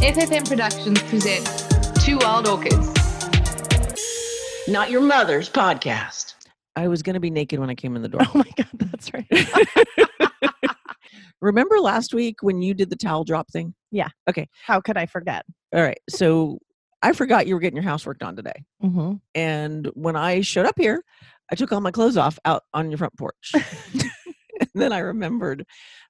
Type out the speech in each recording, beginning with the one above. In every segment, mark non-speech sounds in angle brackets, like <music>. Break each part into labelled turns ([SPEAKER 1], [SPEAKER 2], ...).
[SPEAKER 1] FFM Productions presents Two Wild Orchids.
[SPEAKER 2] Not Your Mother's podcast.
[SPEAKER 3] I was going to be naked when I came in the door. <laughs>
[SPEAKER 4] Oh my God, that's right.
[SPEAKER 3] Remember last week when you did the towel drop thing?
[SPEAKER 4] How could I forget?
[SPEAKER 3] All right. So I forgot you were getting your house worked on today.
[SPEAKER 4] Mm-hmm.
[SPEAKER 3] And when I showed up here, I took all my clothes off out on your front
[SPEAKER 2] <laughs>
[SPEAKER 3] porch. <laughs> and then I remembered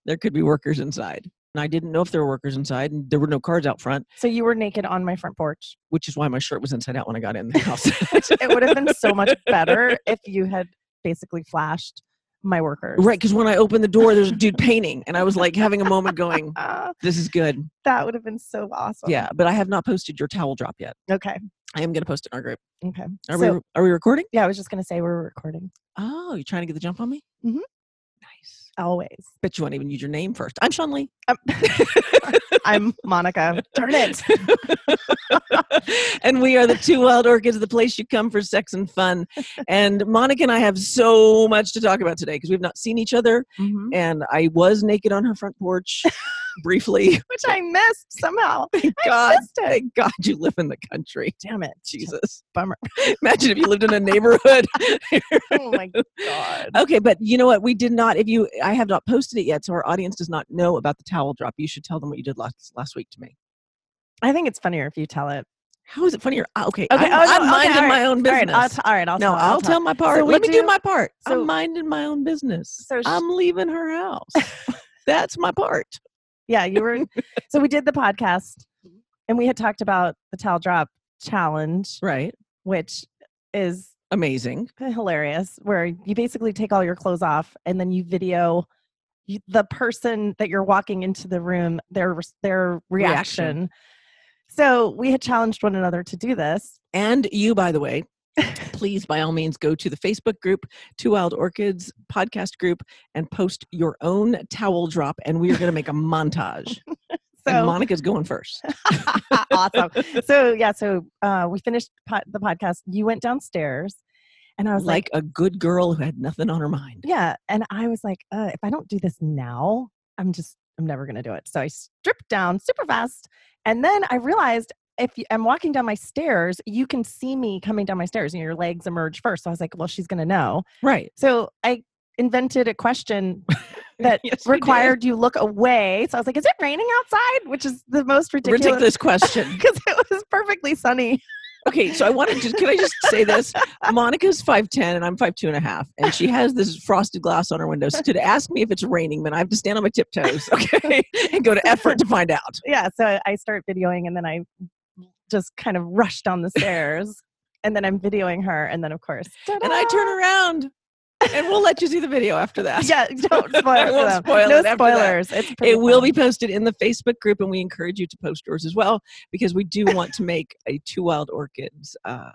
[SPEAKER 3] there could be workers inside. And I didn't know if there were workers inside, and there were no cars out front,
[SPEAKER 4] So you were naked on my front
[SPEAKER 3] <laughs>
[SPEAKER 4] porch.
[SPEAKER 3] which is why my shirt was inside out when I got in the <laughs> house.
[SPEAKER 4] It would have been so much better if you had basically flashed my workers.
[SPEAKER 3] Right, because when I opened the door, there's a dude painting, and I was like having a moment going,
[SPEAKER 4] Ah,
[SPEAKER 3] This
[SPEAKER 2] <laughs>
[SPEAKER 3] is good.
[SPEAKER 4] that would have been so awesome.
[SPEAKER 3] Yeah, but I have not posted your towel drop yet.
[SPEAKER 4] Okay.
[SPEAKER 3] I am going to post it in our group.
[SPEAKER 4] Okay.
[SPEAKER 3] Are
[SPEAKER 4] so,
[SPEAKER 3] we are we recording?
[SPEAKER 4] yeah, I was just gonna say we're recording
[SPEAKER 3] Oh, you're trying to get the jump on me?
[SPEAKER 4] Mhm.
[SPEAKER 3] Nice.
[SPEAKER 4] always.
[SPEAKER 3] Bet you won't even use your name first. I'm Sean Lee.
[SPEAKER 4] Um, I'm Monica. Darn it.
[SPEAKER 3] <laughs> and we are the two wild orchids, the place you come for sex and fun. And Monica and I have so much to talk about today because we've not seen each other.
[SPEAKER 4] Mhm.
[SPEAKER 3] And I was naked on her front
[SPEAKER 4] <laughs>
[SPEAKER 3] porch briefly.
[SPEAKER 4] Which I missed
[SPEAKER 3] <laughs>
[SPEAKER 4] somehow.
[SPEAKER 3] God,
[SPEAKER 4] missed it.
[SPEAKER 3] thank God you live in the country.
[SPEAKER 4] Damn it.
[SPEAKER 3] Jesus.
[SPEAKER 4] Bummer. <laughs>
[SPEAKER 3] Imagine if you lived in a neighborhood. <laughs>
[SPEAKER 4] Oh my god.
[SPEAKER 3] okay, but you know what? We did not. If you, I have not posted it yet, so our audience does not know about the towel drop. You should tell them what you did last last week to me.
[SPEAKER 4] I think it's funnier if you tell it.
[SPEAKER 3] How is it funnier? Ah, Okay, I'm,
[SPEAKER 4] Okay, oh, no,
[SPEAKER 3] I'm
[SPEAKER 4] okay,
[SPEAKER 3] minding
[SPEAKER 4] all right,
[SPEAKER 3] my own
[SPEAKER 4] All right,
[SPEAKER 3] business.
[SPEAKER 4] I'll t- all right, I'll
[SPEAKER 3] no,
[SPEAKER 4] tell,
[SPEAKER 3] I'll tell my part.
[SPEAKER 4] So we
[SPEAKER 3] Let me do
[SPEAKER 4] do-
[SPEAKER 3] my part.
[SPEAKER 4] so-
[SPEAKER 3] I'm minding my own business.
[SPEAKER 4] So sh-
[SPEAKER 3] I'm leaving her <laughs> house. That's my part.
[SPEAKER 4] Yeah, you were. so we did the podcast, and we had talked about the towel drop challenge,
[SPEAKER 3] Right.
[SPEAKER 4] which is
[SPEAKER 3] Amazing.
[SPEAKER 4] hilarious, where you basically take all your clothes off and then you video y- the person that you're walking into the room their res- their
[SPEAKER 3] Reaction.
[SPEAKER 4] reaction. So we had challenged one another to do this.
[SPEAKER 3] And you, by the way, please, by all means, go to the Facebook group, Two Wild Orchids podcast group, and post your own towel drop. And we are going to make a <laughs> montage. and
[SPEAKER 4] So
[SPEAKER 3] Monica's going first.
[SPEAKER 4] <laughs> awesome. So yeah, so uh, we finished po- the podcast. You went downstairs, and I was like
[SPEAKER 3] Like a good girl who had nothing on her mind.
[SPEAKER 4] Yeah. And I was like, uh, if I don't do this now, I'm just, I'm never going to do it. So I stripped down super fast. And then I realized if you, I'm walking down my stairs, you can see me coming down my stairs and your legs emerge first. So I was like, well, she's going to know.
[SPEAKER 3] <laughs> Right.
[SPEAKER 4] So I invented a question that
[SPEAKER 3] Yes, we did.
[SPEAKER 4] required you look away. So I was like, is it raining outside? Which is the most ridiculous. <laughs>
[SPEAKER 3] Ridiculous question.
[SPEAKER 4] Because it was perfectly sunny.
[SPEAKER 3] <laughs> Okay, so I want to just can I just say this? Monica's five ten and I'm five two and a half, and she has this frosted glass on her window. So to ask me if it's raining, then I have to stand on my tiptoes, <laughs> okay, and go to effort to find out.
[SPEAKER 4] Yeah. So I start videoing and then I just kind of rush down the stairs. And then I'm videoing her, and then of course,
[SPEAKER 3] And I <laughs>
[SPEAKER 4] ta-da!
[SPEAKER 3] turn around, and we'll let you see the video after that.
[SPEAKER 4] <laughs>
[SPEAKER 3] <laughs>
[SPEAKER 4] Yeah, don't spoil
[SPEAKER 3] I
[SPEAKER 4] it. for
[SPEAKER 3] won't
[SPEAKER 4] them.
[SPEAKER 3] spoil
[SPEAKER 4] no
[SPEAKER 3] it after that.
[SPEAKER 4] spoilers. It's pretty
[SPEAKER 3] It will
[SPEAKER 4] fun.
[SPEAKER 3] be posted in the Facebook group, and we encourage you to post yours as well because we do want to make a two wild orchids uh,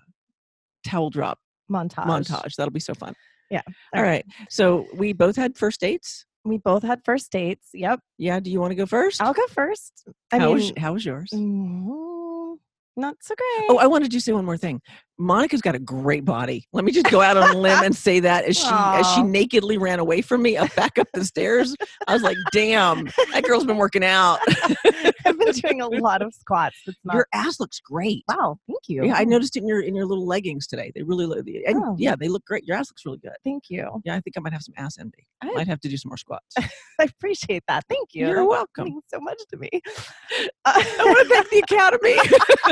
[SPEAKER 3] towel drop
[SPEAKER 4] montage.
[SPEAKER 3] montage. That'll be so fun.
[SPEAKER 4] Yeah.
[SPEAKER 3] All right. So we both had first dates.
[SPEAKER 4] We both had first dates. Yep.
[SPEAKER 3] Yeah. Do you want to go first?
[SPEAKER 4] I'll go first. I
[SPEAKER 3] how,
[SPEAKER 4] mean,
[SPEAKER 3] was, how was yours?
[SPEAKER 4] mm, not so great.
[SPEAKER 3] Oh, I wanted to say one more thing. Monica's got a great body. Let me just go out on a limb and say that as she as she
[SPEAKER 4] Aw.
[SPEAKER 3] nakedly ran away from me up back up the stairs. I was like, "Damn, that girl's been working out.
[SPEAKER 4] <laughs>
[SPEAKER 3] <laughs>
[SPEAKER 4] I've been doing a lot of squats. It's not.
[SPEAKER 3] Your ass looks great."
[SPEAKER 4] wow. Thank you.
[SPEAKER 3] Yeah, I noticed it in your in your little leggings today. They really look. And
[SPEAKER 4] Oh.
[SPEAKER 3] Yeah, they look great. Your ass looks really good.
[SPEAKER 4] Thank you.
[SPEAKER 3] Yeah, I think I might have some ass envy. I
[SPEAKER 4] I-
[SPEAKER 3] might have to do some more
[SPEAKER 4] <laughs>
[SPEAKER 3] squats.
[SPEAKER 4] I appreciate that. Thank you.
[SPEAKER 3] You're
[SPEAKER 4] That
[SPEAKER 3] welcome. Oh.
[SPEAKER 4] means so much to me. <laughs>
[SPEAKER 3] I want to thank the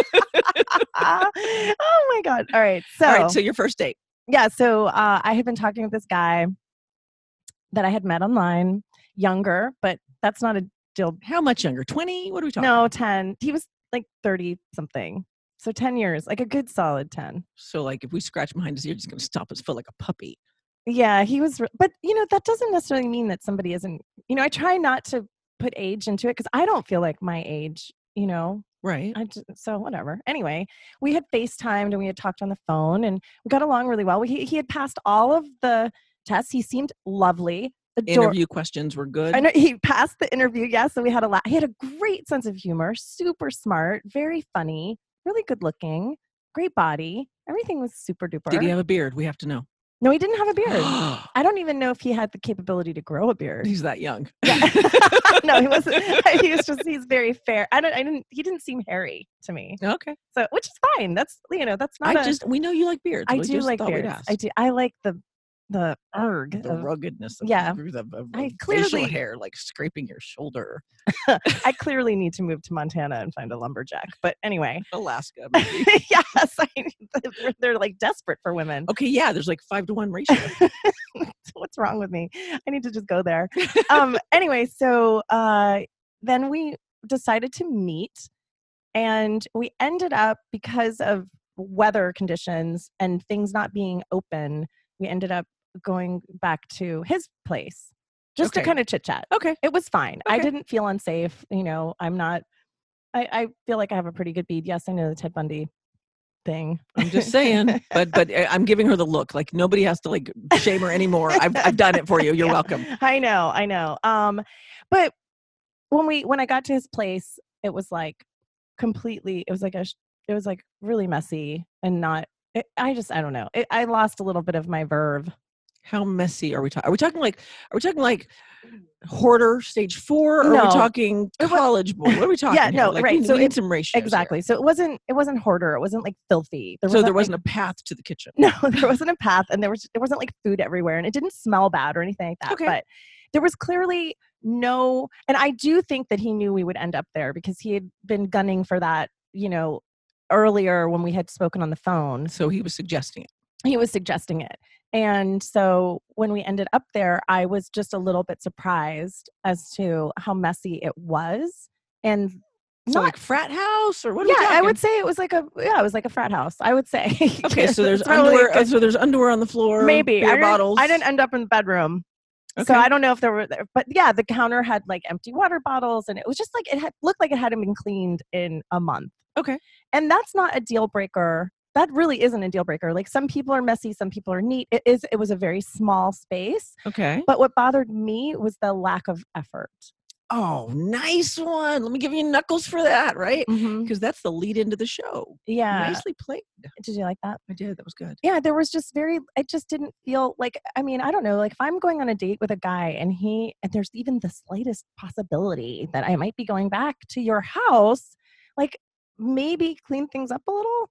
[SPEAKER 3] academy.
[SPEAKER 4] oh my god. All right. So.
[SPEAKER 3] All right, so your first date.
[SPEAKER 4] yeah so uh, i had been talking with this guy that i had met online younger but that's not a deal
[SPEAKER 3] How much younger? Twenty? What are we talking?
[SPEAKER 4] no 10 he was like 30 something so 10 years like a good solid 10
[SPEAKER 3] So like, if we scratch behind his ear, he's gonna stop his foot like a puppy.
[SPEAKER 4] yeah he was re- but you know that doesn't necessarily mean that somebody isn't you know i try not to put age into it because i don't feel like my age you know
[SPEAKER 3] Right.
[SPEAKER 4] I just, so whatever. Anyway, we had FaceTimed and we had talked on the phone and we got along really well. We, he, he had passed all of the tests. He seemed lovely. ador-
[SPEAKER 3] Interview questions were good.
[SPEAKER 4] I know he passed the interview. Yeah, so we had a lot. He had a great sense of humor, super smart, very funny, really good looking, great body. Everything was super duper.
[SPEAKER 3] Did he have a beard? We have to know.
[SPEAKER 4] No, he didn't have a beard. I don't even know if he had the capability to grow a
[SPEAKER 3] <gasps>
[SPEAKER 4] beard.
[SPEAKER 3] He's that young.
[SPEAKER 4] <laughs> no, he wasn't. <laughs> he was just he's very fair. I don't I didn't he didn't seem hairy to me.
[SPEAKER 3] okay.
[SPEAKER 4] So which is fine. That's you know, that's not
[SPEAKER 3] I
[SPEAKER 4] a-
[SPEAKER 3] just we know you like beards.
[SPEAKER 4] I
[SPEAKER 3] We
[SPEAKER 4] do
[SPEAKER 3] just
[SPEAKER 4] like
[SPEAKER 3] thought we'd
[SPEAKER 4] beards. I
[SPEAKER 3] ask.
[SPEAKER 4] do I like the the erg.
[SPEAKER 3] The ruggedness. Of,
[SPEAKER 4] yeah.
[SPEAKER 3] Of, of, of
[SPEAKER 4] I
[SPEAKER 3] facial
[SPEAKER 4] clearly-
[SPEAKER 3] hair like scraping your shoulder.
[SPEAKER 4] I clearly need to move to Montana and find a lumberjack. But anyway.
[SPEAKER 3] <laughs> Alaska. maybe.
[SPEAKER 4] <laughs> yes, I, they're like desperate for women. <laughs>
[SPEAKER 3] okay. Yeah. There's like five to one ratio.
[SPEAKER 4] what's wrong with me? I need to just go there.
[SPEAKER 3] <laughs>
[SPEAKER 4] um, anyway, so uh, then we decided to meet, and we ended up because of weather conditions and things not being open. We ended up going back to his place just to
[SPEAKER 3] Okay.
[SPEAKER 4] kind of chit chat.
[SPEAKER 3] okay.
[SPEAKER 4] It was fine. I
[SPEAKER 3] Okay.
[SPEAKER 4] didn't feel unsafe. You know, I'm not. I, I feel like I have a pretty good bead. Yes, I know the Ted Bundy thing.
[SPEAKER 3] I'm just
[SPEAKER 4] <laughs>
[SPEAKER 3] saying. but but I- I'm giving her the look. Like nobody has to like shame her anymore. I've I've done it for you. You're
[SPEAKER 4] <laughs> Yeah.
[SPEAKER 3] welcome.
[SPEAKER 4] I know, I know. Um, but when we when I got to his place, it was like completely. It was like a. sh- It was like really messy and not. It, I just I don't know. It, I lost a little bit of my verve.
[SPEAKER 3] How messy are we talking? Are we talking like are we talking like hoarder stage four? Or are
[SPEAKER 4] No.
[SPEAKER 3] we talking
[SPEAKER 4] It wa-
[SPEAKER 3] college boy? What are we talking?
[SPEAKER 4] <laughs> Yeah,
[SPEAKER 3] here?
[SPEAKER 4] no,
[SPEAKER 3] Like,
[SPEAKER 4] right,
[SPEAKER 3] We
[SPEAKER 4] so
[SPEAKER 3] need
[SPEAKER 4] it-
[SPEAKER 3] some ratios. here.
[SPEAKER 4] Exactly. So it wasn't. It wasn't hoarder. It wasn't like filthy. There
[SPEAKER 3] so there
[SPEAKER 4] like-
[SPEAKER 3] wasn't a path to the kitchen.
[SPEAKER 4] <laughs> No, there wasn't a path, and there was there wasn't like food everywhere, and it didn't smell bad or anything like that.
[SPEAKER 3] Okay.
[SPEAKER 4] But there was clearly no, and I do think that he knew we would end up there because he had been gunning for that, you know, earlier when we had spoken on the phone.
[SPEAKER 3] So he was suggesting it.
[SPEAKER 4] He was suggesting it, and so when we ended up there, I was just a little bit surprised as to how messy it was, and
[SPEAKER 3] So
[SPEAKER 4] not.
[SPEAKER 3] like frat house or what? Are we
[SPEAKER 4] yeah, I
[SPEAKER 3] talking?
[SPEAKER 4] would say it was like a yeah, it was like a frat house. I would say.
[SPEAKER 3] <laughs>
[SPEAKER 4] <laughs>
[SPEAKER 3] Okay, so there's
[SPEAKER 4] It's probably a
[SPEAKER 3] underwear.
[SPEAKER 4] good-
[SPEAKER 3] uh, So there's underwear on the floor.
[SPEAKER 4] maybe
[SPEAKER 3] beer
[SPEAKER 4] I didn't,
[SPEAKER 3] bottles.
[SPEAKER 4] I didn't end up in the bedroom, so I don't know if there were. There, but yeah, the counter had like empty water bottles, and it was just like it had, looked like it hadn't been cleaned in a month.
[SPEAKER 3] Okay.
[SPEAKER 4] and that's not a deal breaker. That really isn't a deal breaker. Like some people are messy, some people are neat. It is. It was a very small space,
[SPEAKER 3] Okay.
[SPEAKER 4] but what bothered me was the lack of effort.
[SPEAKER 3] Oh, nice one. Let me give you knuckles for that, right? Because that's the lead into the show.
[SPEAKER 4] Mm-hmm. Yeah.
[SPEAKER 3] Nicely played.
[SPEAKER 4] Did you like that?
[SPEAKER 3] I did. That was good.
[SPEAKER 4] yeah there was just very it just didn't feel like i mean i don't know like if i'm going on a date with a guy and he and there's even the slightest possibility that i might be going back to your house like maybe clean things up a little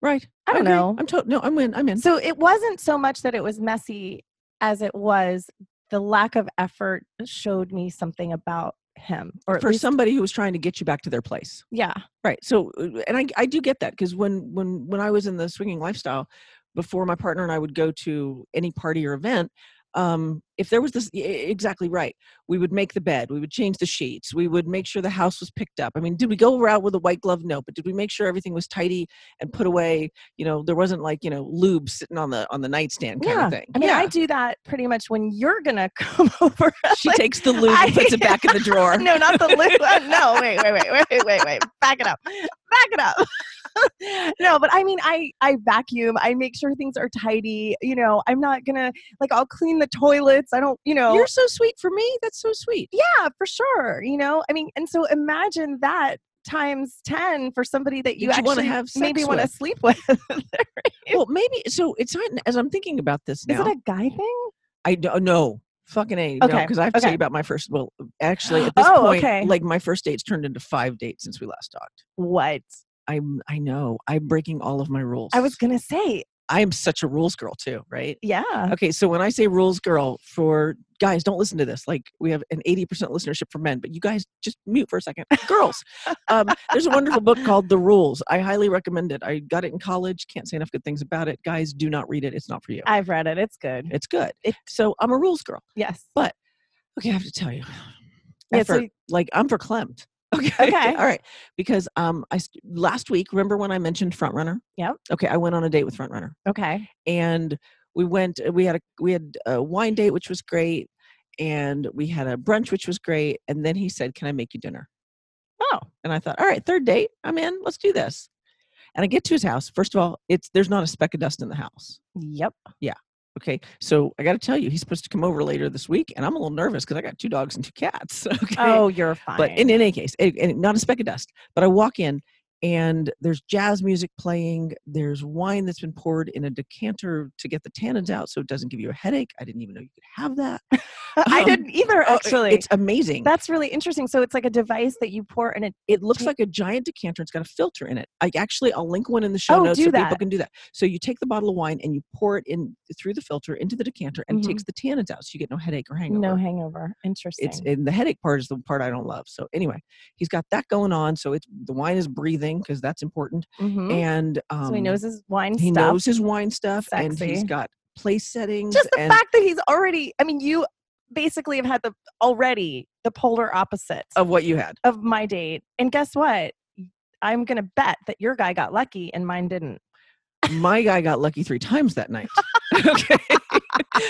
[SPEAKER 3] Right.
[SPEAKER 4] i don't
[SPEAKER 3] Okay.
[SPEAKER 4] know
[SPEAKER 3] I'm to- no. I'm in. I'm in.
[SPEAKER 4] so it wasn't so much that it was messy as it was the lack of effort showed me something about him or at
[SPEAKER 3] for
[SPEAKER 4] least-
[SPEAKER 3] somebody who was trying to get you back to their place.
[SPEAKER 4] yeah
[SPEAKER 3] Right. So, uh, and I, I do get that because when when when I was in the swinging lifestyle, before my partner and I would go to any party or event, um, if there was this e- e- exactly right, we would make the bed, we would change the sheets, we would make sure the house was picked up. I mean, did we go around with a white glove? No, but did we make sure everything was tidy and put away? You know, there wasn't like you know lube sitting on the on the nightstand kind
[SPEAKER 4] yeah
[SPEAKER 3] of thing.
[SPEAKER 4] i mean
[SPEAKER 3] yeah.
[SPEAKER 4] i do that pretty much when you're gonna <laughs> come over
[SPEAKER 3] <laughs> she
[SPEAKER 4] Like,
[SPEAKER 3] takes the lube and puts it back in the <laughs> drawer.
[SPEAKER 4] <laughs> no, not the loo. Uh, No, wait, wait, wait, wait, wait, wait. Back it up. <laughs> Back it up. no, but I mean, I I vacuum. I make sure things are tidy. You know, I'm not gonna like I'll clean the toilets. I don't, you know.
[SPEAKER 3] You're so sweet for me. That's so sweet.
[SPEAKER 4] yeah, for sure. You know, I mean, and so imagine that times ten for somebody that you,
[SPEAKER 3] That you wanna
[SPEAKER 4] actually
[SPEAKER 3] have sex
[SPEAKER 4] maybe want to
[SPEAKER 3] with.
[SPEAKER 4] sleep <laughs> with.
[SPEAKER 3] Well, maybe so. It's not as I'm thinking about this now.
[SPEAKER 4] Is it a guy thing?
[SPEAKER 3] I don't know. Fucking a no,
[SPEAKER 4] Okay,
[SPEAKER 3] because I have to tell
[SPEAKER 4] okay.
[SPEAKER 3] you about my first. Well, actually, at this
[SPEAKER 4] Oh,
[SPEAKER 3] point,
[SPEAKER 4] okay.
[SPEAKER 3] like my first date's turned into five dates since we last talked.
[SPEAKER 4] What
[SPEAKER 3] I'm, I know, I'm breaking all of my rules.
[SPEAKER 4] I was gonna say,
[SPEAKER 3] I am such a rules girl too, right?
[SPEAKER 4] yeah.
[SPEAKER 3] Okay, so when I say rules girl for guys, don't listen to this. Like we have an 80% listenership for men, but you guys just mute for a second. Girls, um, there's a wonderful book called The Rules. I highly recommend it. I got it in college. Can't say enough good things about it. Guys, do not read it. It's not for you.
[SPEAKER 4] I've read it. It's good.
[SPEAKER 3] It's good.
[SPEAKER 4] It-
[SPEAKER 3] so I'm a rules girl.
[SPEAKER 4] Yes.
[SPEAKER 3] Okay, I have to tell you.
[SPEAKER 4] Yeah, so
[SPEAKER 3] Effort.
[SPEAKER 4] y-
[SPEAKER 3] <laughs> like I'm verklempt. <laughs> Okay.
[SPEAKER 4] Okay.
[SPEAKER 3] All right. Because um, I st- last week remember when I mentioned Frontrunner?
[SPEAKER 4] Yep.
[SPEAKER 3] Okay, I went on a date with Frontrunner,
[SPEAKER 4] Okay.
[SPEAKER 3] and we went. We had a we had a wine date, which was great, and we had a brunch, which was great. And then he said, "Can I make you dinner?"
[SPEAKER 4] Oh.
[SPEAKER 3] And I thought, "All right, third date, I'm in. Let's do this." And I get to his house. First of all, it's there's not a speck of dust in the house. <laughs>
[SPEAKER 4] Yep.
[SPEAKER 3] Okay, so I got to tell you, he's supposed to come over later this week, and I'm a little nervous because I got two dogs and two cats. <laughs> Okay.
[SPEAKER 4] Oh, you're fine.
[SPEAKER 3] But in any case, it, and not a speck of dust. But I walk in and there's jazz music playing. There's wine that's been poured in a decanter to get the tannins out so it doesn't give you a headache. I didn't even know you could have
[SPEAKER 4] <laughs>
[SPEAKER 3] that.
[SPEAKER 4] Uh, I
[SPEAKER 3] Um,
[SPEAKER 4] didn't either,
[SPEAKER 3] oh,
[SPEAKER 4] actually.
[SPEAKER 3] It's amazing.
[SPEAKER 4] That's really interesting. So it's like a device that you pour and it.
[SPEAKER 3] it looks
[SPEAKER 4] ta-
[SPEAKER 3] like a giant decanter. It's got a filter in it. I actually, I'll link one in the show
[SPEAKER 4] Oh,
[SPEAKER 3] notes
[SPEAKER 4] do
[SPEAKER 3] so people
[SPEAKER 4] that.
[SPEAKER 3] can do that. So you take the bottle of wine and you pour it in through the filter into the decanter and
[SPEAKER 4] Mhm.
[SPEAKER 3] it takes the tannins out, so you get no headache or hangover.
[SPEAKER 4] No hangover. Interesting.
[SPEAKER 3] It's and the headache part is the part I don't love. So anyway, he's got that going on. So it's the wine is breathing because that's important.
[SPEAKER 4] Mhm.
[SPEAKER 3] And um,
[SPEAKER 4] so he knows his wine
[SPEAKER 3] he
[SPEAKER 4] stuff.
[SPEAKER 3] knows his wine stuff, and he's
[SPEAKER 4] Sexy.
[SPEAKER 3] got place settings.
[SPEAKER 4] Just the
[SPEAKER 3] and
[SPEAKER 4] fact that he's already. I mean, you basically have had the already the polar opposite
[SPEAKER 3] of what you had.
[SPEAKER 4] of my date. And guess what? I'm gonna bet that your guy got lucky and mine didn't.
[SPEAKER 3] My guy got lucky three times that
[SPEAKER 4] <laughs>
[SPEAKER 3] night. <laughs> okay.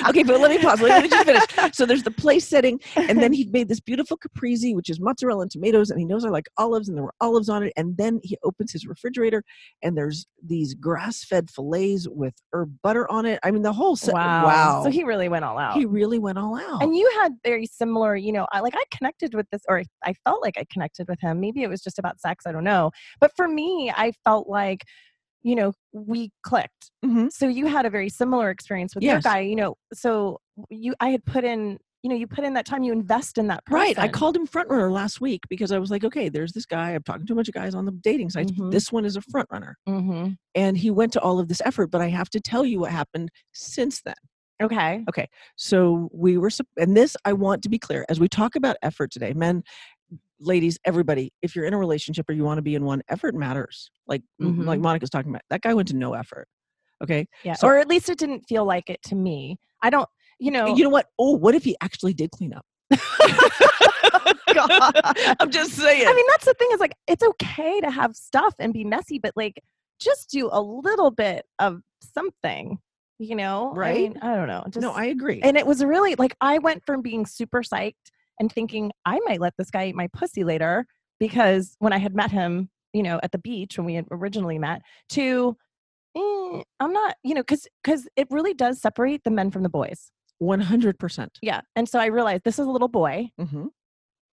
[SPEAKER 3] okay, but let me pause. Let me just finish. So there's the place setting, and
[SPEAKER 4] <laughs>
[SPEAKER 3] then he made this beautiful caprese, which is mozzarella and tomatoes, and he knows I like olives, and there were olives on it. And then he opens his refrigerator, and there's these grass-fed fillets with herb butter on it. I mean, the whole set.
[SPEAKER 4] wow.
[SPEAKER 3] wow.
[SPEAKER 4] So he really went all out.
[SPEAKER 3] He really went all out.
[SPEAKER 4] and you had very similar, you know, I like I connected with this, or I, I felt like I connected with him. Maybe it was just about sex, I don't know. But for me, I felt like, you know, we clicked.
[SPEAKER 3] Mhm.
[SPEAKER 4] So you had a very similar experience with your
[SPEAKER 3] Yes.
[SPEAKER 4] guy, you know. So you, I had put in, you know, you put in that time, you invest in that person.
[SPEAKER 3] Right. I called him front runner last week because I was like, okay, there's this guy. I'm talking to a bunch of guys on the dating sites.
[SPEAKER 4] Mhm.
[SPEAKER 3] This one is a front runner.
[SPEAKER 4] Mm-hmm.
[SPEAKER 3] And he went to all of this effort, but I have to tell you what happened since then.
[SPEAKER 4] Okay.
[SPEAKER 3] So we were, sup- and this I want to be clear as we talk about effort today, men, ladies, everybody, if you're in a relationship or you want to be in one, effort matters. Like, m-
[SPEAKER 4] Mm-hmm.
[SPEAKER 3] like Monica's talking about, that guy went to no effort. Okay.
[SPEAKER 4] Yeah.
[SPEAKER 3] So-
[SPEAKER 4] or at least it didn't feel like it to me. I don't, you know. <laughs>
[SPEAKER 3] You know what? Oh, what if he actually did clean up? <laughs> I'm just saying.
[SPEAKER 4] I mean, that's the thing is like, it's okay to have stuff and be messy, but like, just do a little bit of something, you know? I
[SPEAKER 3] Right?
[SPEAKER 4] mean, I, don't know. Just,
[SPEAKER 3] no, I agree.
[SPEAKER 4] and it was really like, I went from being super psyched and thinking I might let this guy eat my pussy later because when I had met him, you know, at the beach when we had originally met, to "Eh, I'm not, you know, because because it really does separate the men from the boys.
[SPEAKER 3] 100%.
[SPEAKER 4] Yeah, and so I realized this is a little boy.
[SPEAKER 3] Mm-hmm.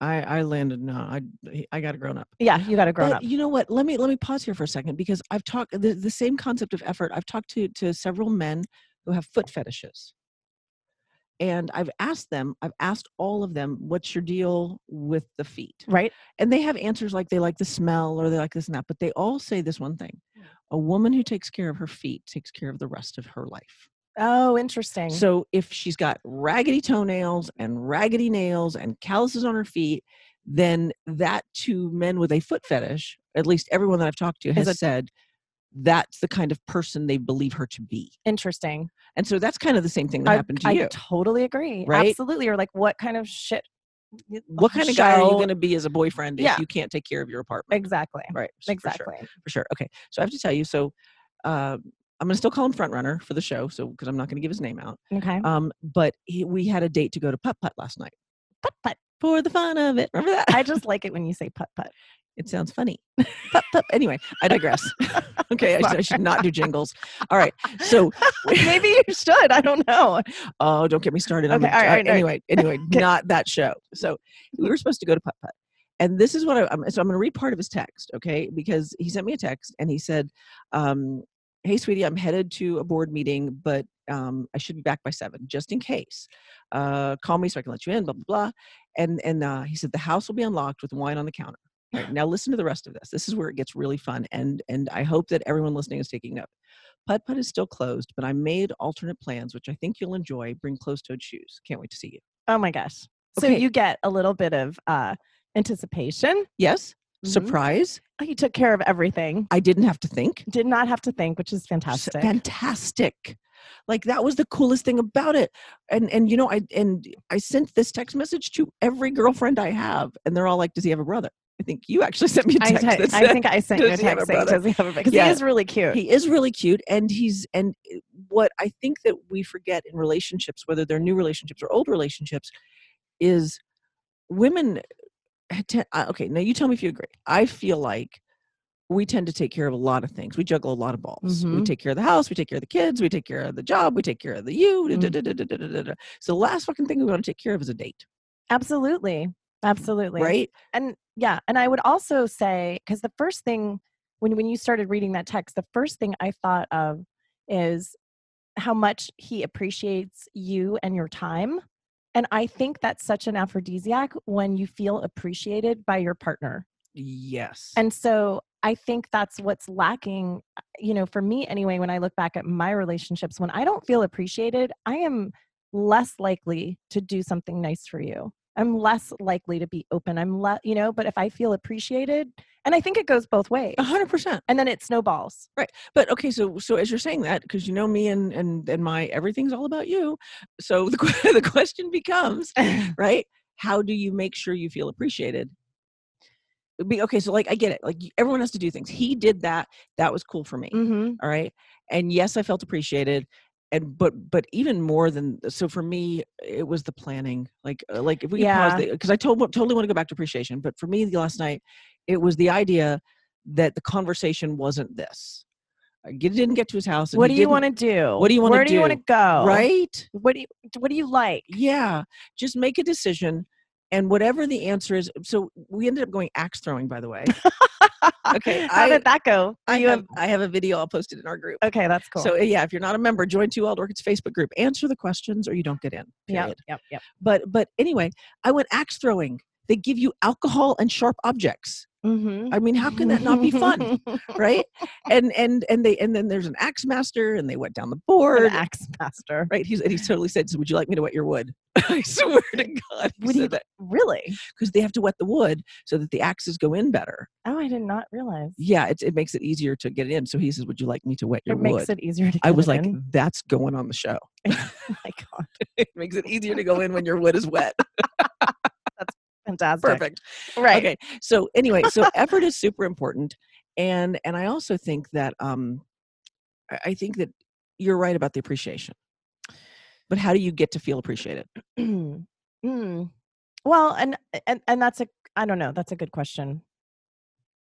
[SPEAKER 3] I, I landed no I he- I got a grown up.
[SPEAKER 4] Yeah, you got a grown
[SPEAKER 3] but
[SPEAKER 4] up.
[SPEAKER 3] you know what? Let me let me pause here for a second because I've talked the, the same concept of effort. I've talked to to several men who have foot fetishes, and I've asked them. I've asked all of them, "What's your deal with the feet?"
[SPEAKER 4] Right?
[SPEAKER 3] And they have answers like they like the smell or they like this and that. But they all say this one thing:
[SPEAKER 4] Mm.
[SPEAKER 3] a woman who takes care of her feet takes care of the rest of her life.
[SPEAKER 4] Oh, interesting.
[SPEAKER 3] So if she's got raggedy toenails and raggedy nails and calluses on her feet, then that to men with a foot fetish, at least everyone that I've talked to has
[SPEAKER 4] a-
[SPEAKER 3] said that's the kind of person they believe her to be.
[SPEAKER 4] interesting.
[SPEAKER 3] And so that's kind of the same thing that happened to
[SPEAKER 4] I
[SPEAKER 3] you.
[SPEAKER 4] totally agree.
[SPEAKER 3] right?
[SPEAKER 4] Absolutely. Or like, what kind of shit?
[SPEAKER 3] what kind of guy are you
[SPEAKER 4] shall-
[SPEAKER 3] going to be as a boyfriend
[SPEAKER 4] Yeah.
[SPEAKER 3] if you can't take care of your apartment?
[SPEAKER 4] Exactly.
[SPEAKER 3] Right. s- for sure,
[SPEAKER 4] Exactly.
[SPEAKER 3] For sure. Okay. So I have to tell you. So uh, I'm going to still call him front runner for the show. So because I'm not going to give his name out.
[SPEAKER 4] Okay.
[SPEAKER 3] Um, but he, we had a date to go to putt putt last night
[SPEAKER 4] Putt putt.
[SPEAKER 3] for the fun of it. Remember that? <laughs>
[SPEAKER 4] I just like it when you say putt putt.
[SPEAKER 3] It sounds funny. But, but anyway, I digress. <laughs> okay, I, should- I should not
[SPEAKER 4] <laughs>
[SPEAKER 3] do jingles. All right. So,
[SPEAKER 4] Maybe you should. I don't know.
[SPEAKER 3] oh, don't get me started.
[SPEAKER 4] Okay, all right,
[SPEAKER 3] uh,
[SPEAKER 4] all right, all right.
[SPEAKER 3] anyway,
[SPEAKER 4] <laughs>
[SPEAKER 3] anyway, not that show. So, we were supposed to go to Putt Putt. And this is what I, I'm, so I'm going to read part of his text, okay? Because he sent me a text and he said, um, Hey, sweetie, I'm headed to a board meeting, but um, I should be back by seven, just in case. Uh, call me so I can let you in, blah, blah, blah. And, and uh, he said, The house will be unlocked with wine on the counter. All right, now listen to the rest of this. This is where it gets really fun, and and I hope that everyone listening is taking note. Putt Putt is still closed, but I made alternate plans, which I think you'll enjoy. Bring closed-toed shoes. Can't wait to see you.
[SPEAKER 4] Oh my gosh. So
[SPEAKER 3] Okay.
[SPEAKER 4] you get a little bit of uh, anticipation.
[SPEAKER 3] Yes,
[SPEAKER 4] Mhm.
[SPEAKER 3] surprise!
[SPEAKER 4] Oh, You took care of everything.
[SPEAKER 3] I didn't have to think.
[SPEAKER 4] Did not have to think, which is
[SPEAKER 3] S-
[SPEAKER 4] fantastic.
[SPEAKER 3] Fantastic. Like that was the coolest thing about it. And and you know, I and I sent this text message to every girlfriend I have, and they're all like, "Does he have a brother?" I think you actually <laughs> sent me a
[SPEAKER 4] I,
[SPEAKER 3] text.
[SPEAKER 4] te-
[SPEAKER 3] that
[SPEAKER 4] I
[SPEAKER 3] <laughs> said-
[SPEAKER 4] think I sent you a
[SPEAKER 3] does he have a
[SPEAKER 4] text saying,
[SPEAKER 3] brother?
[SPEAKER 4] does he have a Because
[SPEAKER 3] Yeah.
[SPEAKER 4] he is really cute.
[SPEAKER 3] he is really cute and he's and eh, what i think that we forget in relationships whether they're new relationships or old relationships is women ha- te- uh, okay now you tell me if you agree i feel like we tend to take care of a lot of things we juggle a lot of balls we
[SPEAKER 4] Mhm.
[SPEAKER 3] take care of the house we take care of the kids we take care of the job we take care of the you da-
[SPEAKER 4] Mm.
[SPEAKER 3] da- da- da- da- da- da- da. so the last fucking thing we want to take care of is a date
[SPEAKER 4] Absolutely. Absolutely.
[SPEAKER 3] right
[SPEAKER 4] and yeah and i would also say because the first thing when when you started reading that text, the first thing I thought of is how much he appreciates you and your time. And I think that's such an aphrodisiac when you feel appreciated by your partner.
[SPEAKER 3] Yes.
[SPEAKER 4] And so I think that's what's lacking, uh, you know, for me anyway, when I look back at my relationships, when I don't feel appreciated, I am less likely to do something nice for you. I'm less likely to be open. I'm le- you know, but if I feel appreciated, and I think it goes both ways.
[SPEAKER 3] 100%.
[SPEAKER 4] And then it snowballs.
[SPEAKER 3] But okay, so so as you're saying that, because you know me and and and my everything's all about you. So the <laughs> que- the question becomes, right? How do you make sure you feel appreciated? Be okay. So like I get it. Like everyone has to do things. He did that. That was cool for me.
[SPEAKER 4] Mm-hmm.
[SPEAKER 3] All right. And yes, I felt appreciated. And but but even more than uh, so for me, it was the planning. Like uh, like if we could pause
[SPEAKER 4] Yeah.
[SPEAKER 3] because I told, totally want to go back to appreciation. But for me, the last night, it was the idea that the conversation wasn't this. I get- didn't get to his house. and
[SPEAKER 4] what do
[SPEAKER 3] he
[SPEAKER 4] you
[SPEAKER 3] didn't-
[SPEAKER 4] want to do?
[SPEAKER 3] What do you wanna
[SPEAKER 4] Where do you want to
[SPEAKER 3] do?
[SPEAKER 4] go?
[SPEAKER 3] Right?
[SPEAKER 4] What do you What do you like? <laughs>
[SPEAKER 3] Yeah. Just make a decision. And whatever the answer is, so we ended up going axe throwing, by the way. Okay,
[SPEAKER 4] How
[SPEAKER 3] I-
[SPEAKER 4] did that go?
[SPEAKER 3] I
[SPEAKER 4] You
[SPEAKER 3] have, I have a video I'll post it in our group.
[SPEAKER 4] okay, that's cool.
[SPEAKER 3] So yeah, if you're not a member, join Two Wild Orchids Facebook group. Answer the questions, or you don't get in.
[SPEAKER 4] yeah,
[SPEAKER 3] period.
[SPEAKER 4] yep, yep.
[SPEAKER 3] But but anyway, I went axe throwing. They give you alcohol and sharp objects.
[SPEAKER 4] Mm-hmm.
[SPEAKER 3] I mean, how can that not be
[SPEAKER 4] <laughs>
[SPEAKER 3] fun, right? And and and they and then there's an axe master, and they went down the board.
[SPEAKER 4] An axe master.
[SPEAKER 3] Right? He's and he totally said, "So would you like me to wet your wood?" <laughs> I swear to God, he
[SPEAKER 4] Would he-
[SPEAKER 3] said that
[SPEAKER 4] Really?
[SPEAKER 3] because they have to wet the wood so that the axes go in better.
[SPEAKER 4] Oh, I did not realize.
[SPEAKER 3] Yeah, it, it makes it easier to get it in. So he says, "Would you like me to wet your
[SPEAKER 4] It
[SPEAKER 3] wood?"
[SPEAKER 4] makes it easier to.
[SPEAKER 3] I
[SPEAKER 4] get
[SPEAKER 3] was
[SPEAKER 4] it
[SPEAKER 3] like,
[SPEAKER 4] in.
[SPEAKER 3] "That's going on the show." <laughs>
[SPEAKER 4] <laughs> oh my god,
[SPEAKER 3] it makes it easier to go in when your wood is
[SPEAKER 4] <laughs>
[SPEAKER 3] wet.
[SPEAKER 4] fantastic!
[SPEAKER 3] Perfect.
[SPEAKER 4] right?
[SPEAKER 3] Okay. So anyway,
[SPEAKER 4] <laughs>
[SPEAKER 3] so effort is super important, and and I also think that um, I- I think that you're right about the appreciation. But how do you get to feel appreciated?
[SPEAKER 4] <clears throat> mm. Well, and and and that's a I don't know. That's a good question.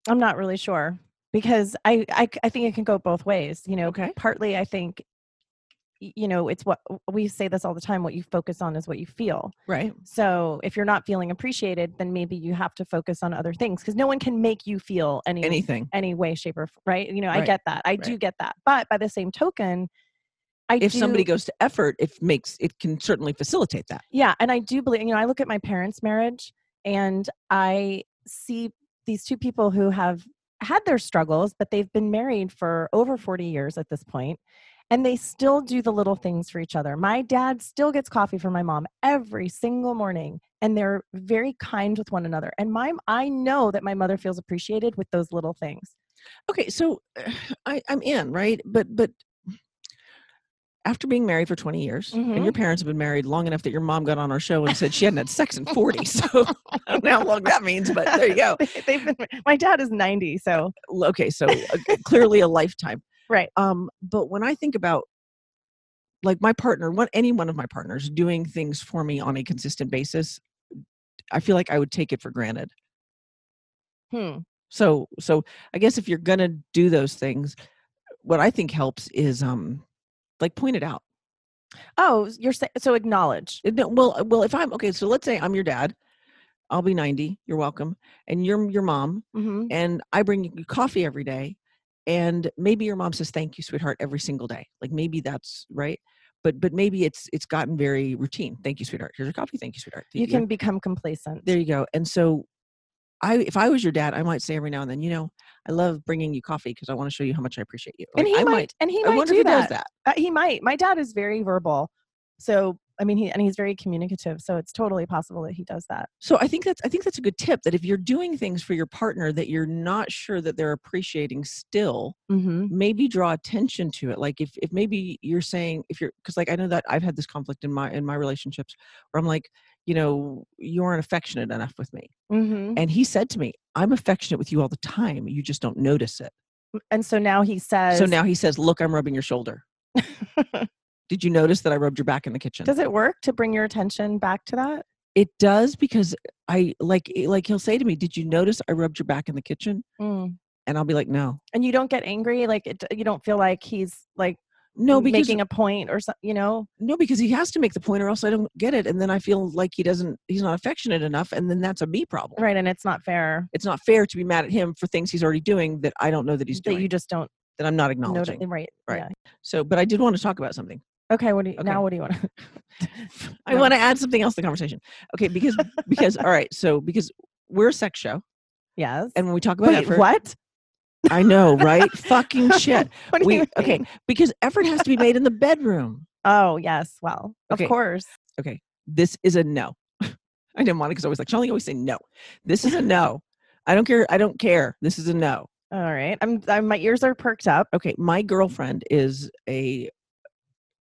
[SPEAKER 4] I'm not really sure because I I c- I think it can go both ways. You know,
[SPEAKER 3] Okay.
[SPEAKER 4] partly I think y- you know it's what we say this all the time. What you focus on is what you feel.
[SPEAKER 3] Right.
[SPEAKER 4] So if you're not feeling appreciated, then maybe you have to focus on other things because no one can make you feel any
[SPEAKER 3] Anything.
[SPEAKER 4] any way, shape, or f- right. You know, I
[SPEAKER 3] Right.
[SPEAKER 4] get that. I do
[SPEAKER 3] Right.
[SPEAKER 4] get that. But by the same token, I
[SPEAKER 3] If somebody
[SPEAKER 4] do-
[SPEAKER 3] goes to effort, it makes it can certainly facilitate that.
[SPEAKER 4] Yeah, and I do believe, you know, I look at my parents' marriage and I see these two people who have had their struggles, but they've been married for over 40 years at this point, And they still do the little things for each other. My dad still gets coffee for my mom every single morning, and they're very kind with one another. And my, I know that my mother feels appreciated with those little things.
[SPEAKER 3] Okay. So <sighs> I, I'm in right, but but after being married for 20 years
[SPEAKER 4] Mhm.
[SPEAKER 3] and your parents have been married long enough that your mom got on our show and said she hadn't had sex in 40 so <laughs> i don't know how long that means but <laughs> there you
[SPEAKER 4] <laughs>
[SPEAKER 3] go
[SPEAKER 4] They've been, my dad is 90, so
[SPEAKER 3] L- okay so uh, clearly a lifetime
[SPEAKER 4] Right.
[SPEAKER 3] um but when i think about like my partner one any one of my partners doing things for me on a consistent basis i feel like i would take it for granted
[SPEAKER 4] hmm.
[SPEAKER 3] so so i guess if you're gonna do those things what i think helps is um like point it out
[SPEAKER 4] Oh, you're sa- so acknowledge.
[SPEAKER 3] Uh, No, well, uh, well, if I'm okay, so let's say I'm your dad. I'll be 90. You're welcome. And you're your mom,
[SPEAKER 4] Mm-hmm.
[SPEAKER 3] and I bring you coffee every day. And maybe your mom says thank you, sweetheart, every single day. Like maybe that's right, but but maybe it's it's gotten very routine. Thank you, sweetheart. Here's your coffee. Thank you, sweetheart.
[SPEAKER 4] You
[SPEAKER 3] You're-
[SPEAKER 4] can become complacent.
[SPEAKER 3] There you go. And so, I if I was your dad, I might say every now and then, you know, I love bringing you coffee because I want to show you how much I appreciate you.
[SPEAKER 4] and
[SPEAKER 3] Like,
[SPEAKER 4] he
[SPEAKER 3] I
[SPEAKER 4] might, and he
[SPEAKER 3] I
[SPEAKER 4] might
[SPEAKER 3] wonder
[SPEAKER 4] do
[SPEAKER 3] if he
[SPEAKER 4] that.
[SPEAKER 3] does that.
[SPEAKER 4] Uh, he might. My dad is very verbal, so I mean, he and he's very communicative, so it's totally possible that he does that.
[SPEAKER 3] So I think that's I think that's a good tip that if you're doing things for your partner that you're not sure that they're appreciating still,
[SPEAKER 4] Mm-hmm.
[SPEAKER 3] maybe draw attention to it like if, if maybe you're saying if you're because like i know that i've had this conflict in my in my relationships where i'm like you know you aren't affectionate enough with me
[SPEAKER 4] Mm-hmm.
[SPEAKER 3] and he said to me i'm affectionate with you all the time you just don't notice it
[SPEAKER 4] And so now he says.
[SPEAKER 3] so now he says look i'm rubbing your shoulder
[SPEAKER 4] <laughs>
[SPEAKER 3] did you notice that i rubbed your back in the kitchen
[SPEAKER 4] does it work to bring your attention back to that?
[SPEAKER 3] it does because i like eh, like he'll say to me did you notice i rubbed your back in the kitchen
[SPEAKER 4] Mm.
[SPEAKER 3] and i'll be like no
[SPEAKER 4] And you don't get angry, like it, you don't feel like he's like
[SPEAKER 3] no, because
[SPEAKER 4] making a point or something, you know?
[SPEAKER 3] no, because he has to make the point, or else I don't get it, and then I feel like he doesn't. He's not affectionate enough, and then that's a me problem.
[SPEAKER 4] Right. And it's not fair
[SPEAKER 3] It's not fair to be mad at him for things he's already doing that I don't know that he's
[SPEAKER 4] that
[SPEAKER 3] doing
[SPEAKER 4] you just don't
[SPEAKER 3] that I'm not
[SPEAKER 4] know.
[SPEAKER 3] acknowledging.
[SPEAKER 4] Right.
[SPEAKER 3] Right. So, but I did want to talk about
[SPEAKER 4] <laughs>
[SPEAKER 3] something. <laughs>
[SPEAKER 4] Yeah. Okay. What do you,
[SPEAKER 3] Okay.
[SPEAKER 4] now what do you want?
[SPEAKER 3] <laughs> I
[SPEAKER 4] No.
[SPEAKER 3] want to add something else to the conversation. Okay, because because all right, so because we're a sex show,
[SPEAKER 4] yes.
[SPEAKER 3] and when we talk about
[SPEAKER 4] Wait,
[SPEAKER 3] effort, <laughs>
[SPEAKER 4] what?
[SPEAKER 3] I know,
[SPEAKER 4] <laughs>
[SPEAKER 3] right? Fucking shit.
[SPEAKER 4] What do
[SPEAKER 3] We
[SPEAKER 4] you
[SPEAKER 3] okay
[SPEAKER 4] mean?
[SPEAKER 3] because effort has to be made in the bedroom.
[SPEAKER 4] Oh, yes. Well,
[SPEAKER 3] Okay.
[SPEAKER 4] of course.
[SPEAKER 3] This is a no. <laughs> I know Monica's always like, Charlie always say no. This is a no. I don't care. I don't care. This is a no.
[SPEAKER 4] All right. I'm, I'm, my ears are perked up.
[SPEAKER 3] Okay, my girlfriend is a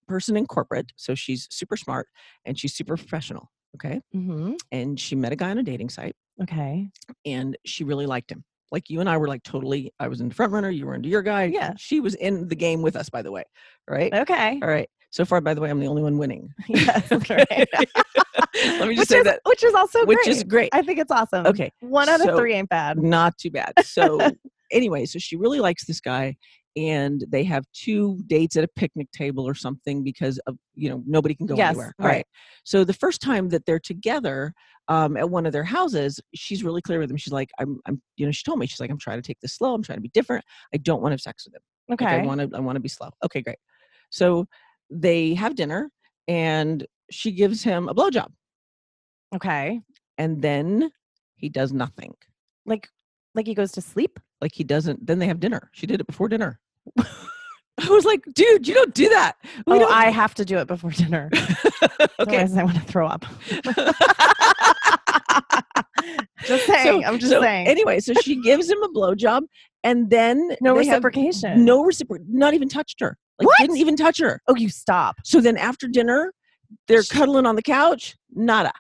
[SPEAKER 3] person in corporate, so she's super smart and she's super professional. Okay,
[SPEAKER 4] Mm-hmm.
[SPEAKER 3] and she met a guy on a dating site.
[SPEAKER 4] Okay.
[SPEAKER 3] and she really liked him. Like you and I were like totally. I was in front runner. You were into your guy.
[SPEAKER 4] Yeah.
[SPEAKER 3] She was in the game with us, by the way. Right.
[SPEAKER 4] Okay.
[SPEAKER 3] All right. So far, by the way, I'm the only one winning.
[SPEAKER 4] <laughs>
[SPEAKER 3] <laughs>
[SPEAKER 4] Yes.
[SPEAKER 3] Okay.
[SPEAKER 4] right.
[SPEAKER 3] Let me just
[SPEAKER 4] Which
[SPEAKER 3] say
[SPEAKER 4] is-
[SPEAKER 3] that,
[SPEAKER 4] Which is also
[SPEAKER 3] which
[SPEAKER 4] great.
[SPEAKER 3] is great.
[SPEAKER 4] I think it's awesome.
[SPEAKER 3] okay.
[SPEAKER 4] One out
[SPEAKER 3] so-
[SPEAKER 4] of three ain't bad.
[SPEAKER 3] Not too
[SPEAKER 4] <laughs>
[SPEAKER 3] bad. So anyway, so she really likes this guy, and they have two dates at a picnic table or something because of you know nobody can go
[SPEAKER 4] Yes,
[SPEAKER 3] anywhere.
[SPEAKER 4] right.
[SPEAKER 3] So the first time that they're together um, at one of their houses, she's really clear with him. She's like, I'm, I'm, you know, she told me she's like, I'm trying to take this slow. I'm trying to be different. I don't want to have sex with him.
[SPEAKER 4] Okay.
[SPEAKER 3] Like, I want to I want to be slow. Okay, great. So they have dinner and she gives him a blowjob
[SPEAKER 4] okay.
[SPEAKER 3] and then he does nothing.
[SPEAKER 4] Like, like he goes to sleep.
[SPEAKER 3] Like he doesn't then they have dinner. She did it before dinner. <laughs> I was like, dude, you don't do that. We
[SPEAKER 4] oh,
[SPEAKER 3] don't-
[SPEAKER 4] I have to do it before dinner.
[SPEAKER 3] <laughs> okay.
[SPEAKER 4] Otherwise, I want to
[SPEAKER 3] <laughs>
[SPEAKER 4] throw up. <laughs> just saying. I'm just
[SPEAKER 3] so
[SPEAKER 4] saying.
[SPEAKER 3] Anyway, so she gives him a blowjob and then
[SPEAKER 4] no
[SPEAKER 3] they have
[SPEAKER 4] reciprocation.
[SPEAKER 3] No reciproc not even touched her. Like
[SPEAKER 4] What?
[SPEAKER 3] didn't even touch her.
[SPEAKER 4] Oh, you stop.
[SPEAKER 3] So then after dinner, they're
[SPEAKER 4] Sh-
[SPEAKER 3] cuddling on the couch, nada.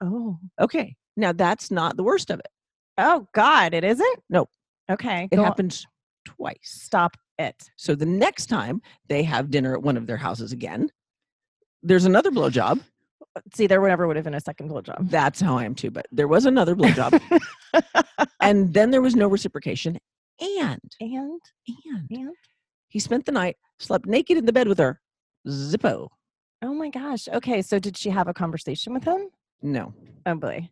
[SPEAKER 4] Oh.
[SPEAKER 3] Okay. Now that's not the worst of it.
[SPEAKER 4] Oh God, it isn't.
[SPEAKER 3] No.
[SPEAKER 4] Okay.
[SPEAKER 3] It
[SPEAKER 4] go on.
[SPEAKER 3] happens twice.
[SPEAKER 4] Stop it.
[SPEAKER 3] So the next time they have dinner at one of their houses again, there's another blowjob.
[SPEAKER 4] Uh, See, there would never would have been a second blowjob.
[SPEAKER 3] That's how I am too, but there was another
[SPEAKER 4] <laughs>
[SPEAKER 3] blowjob. and then there was no reciprocation. And,
[SPEAKER 4] and
[SPEAKER 3] and
[SPEAKER 4] and
[SPEAKER 3] he spent the night, slept naked in the bed with her. Zippo.
[SPEAKER 4] oh my gosh. Okay, so did she have a conversation with him?
[SPEAKER 3] No.
[SPEAKER 4] Oh boy.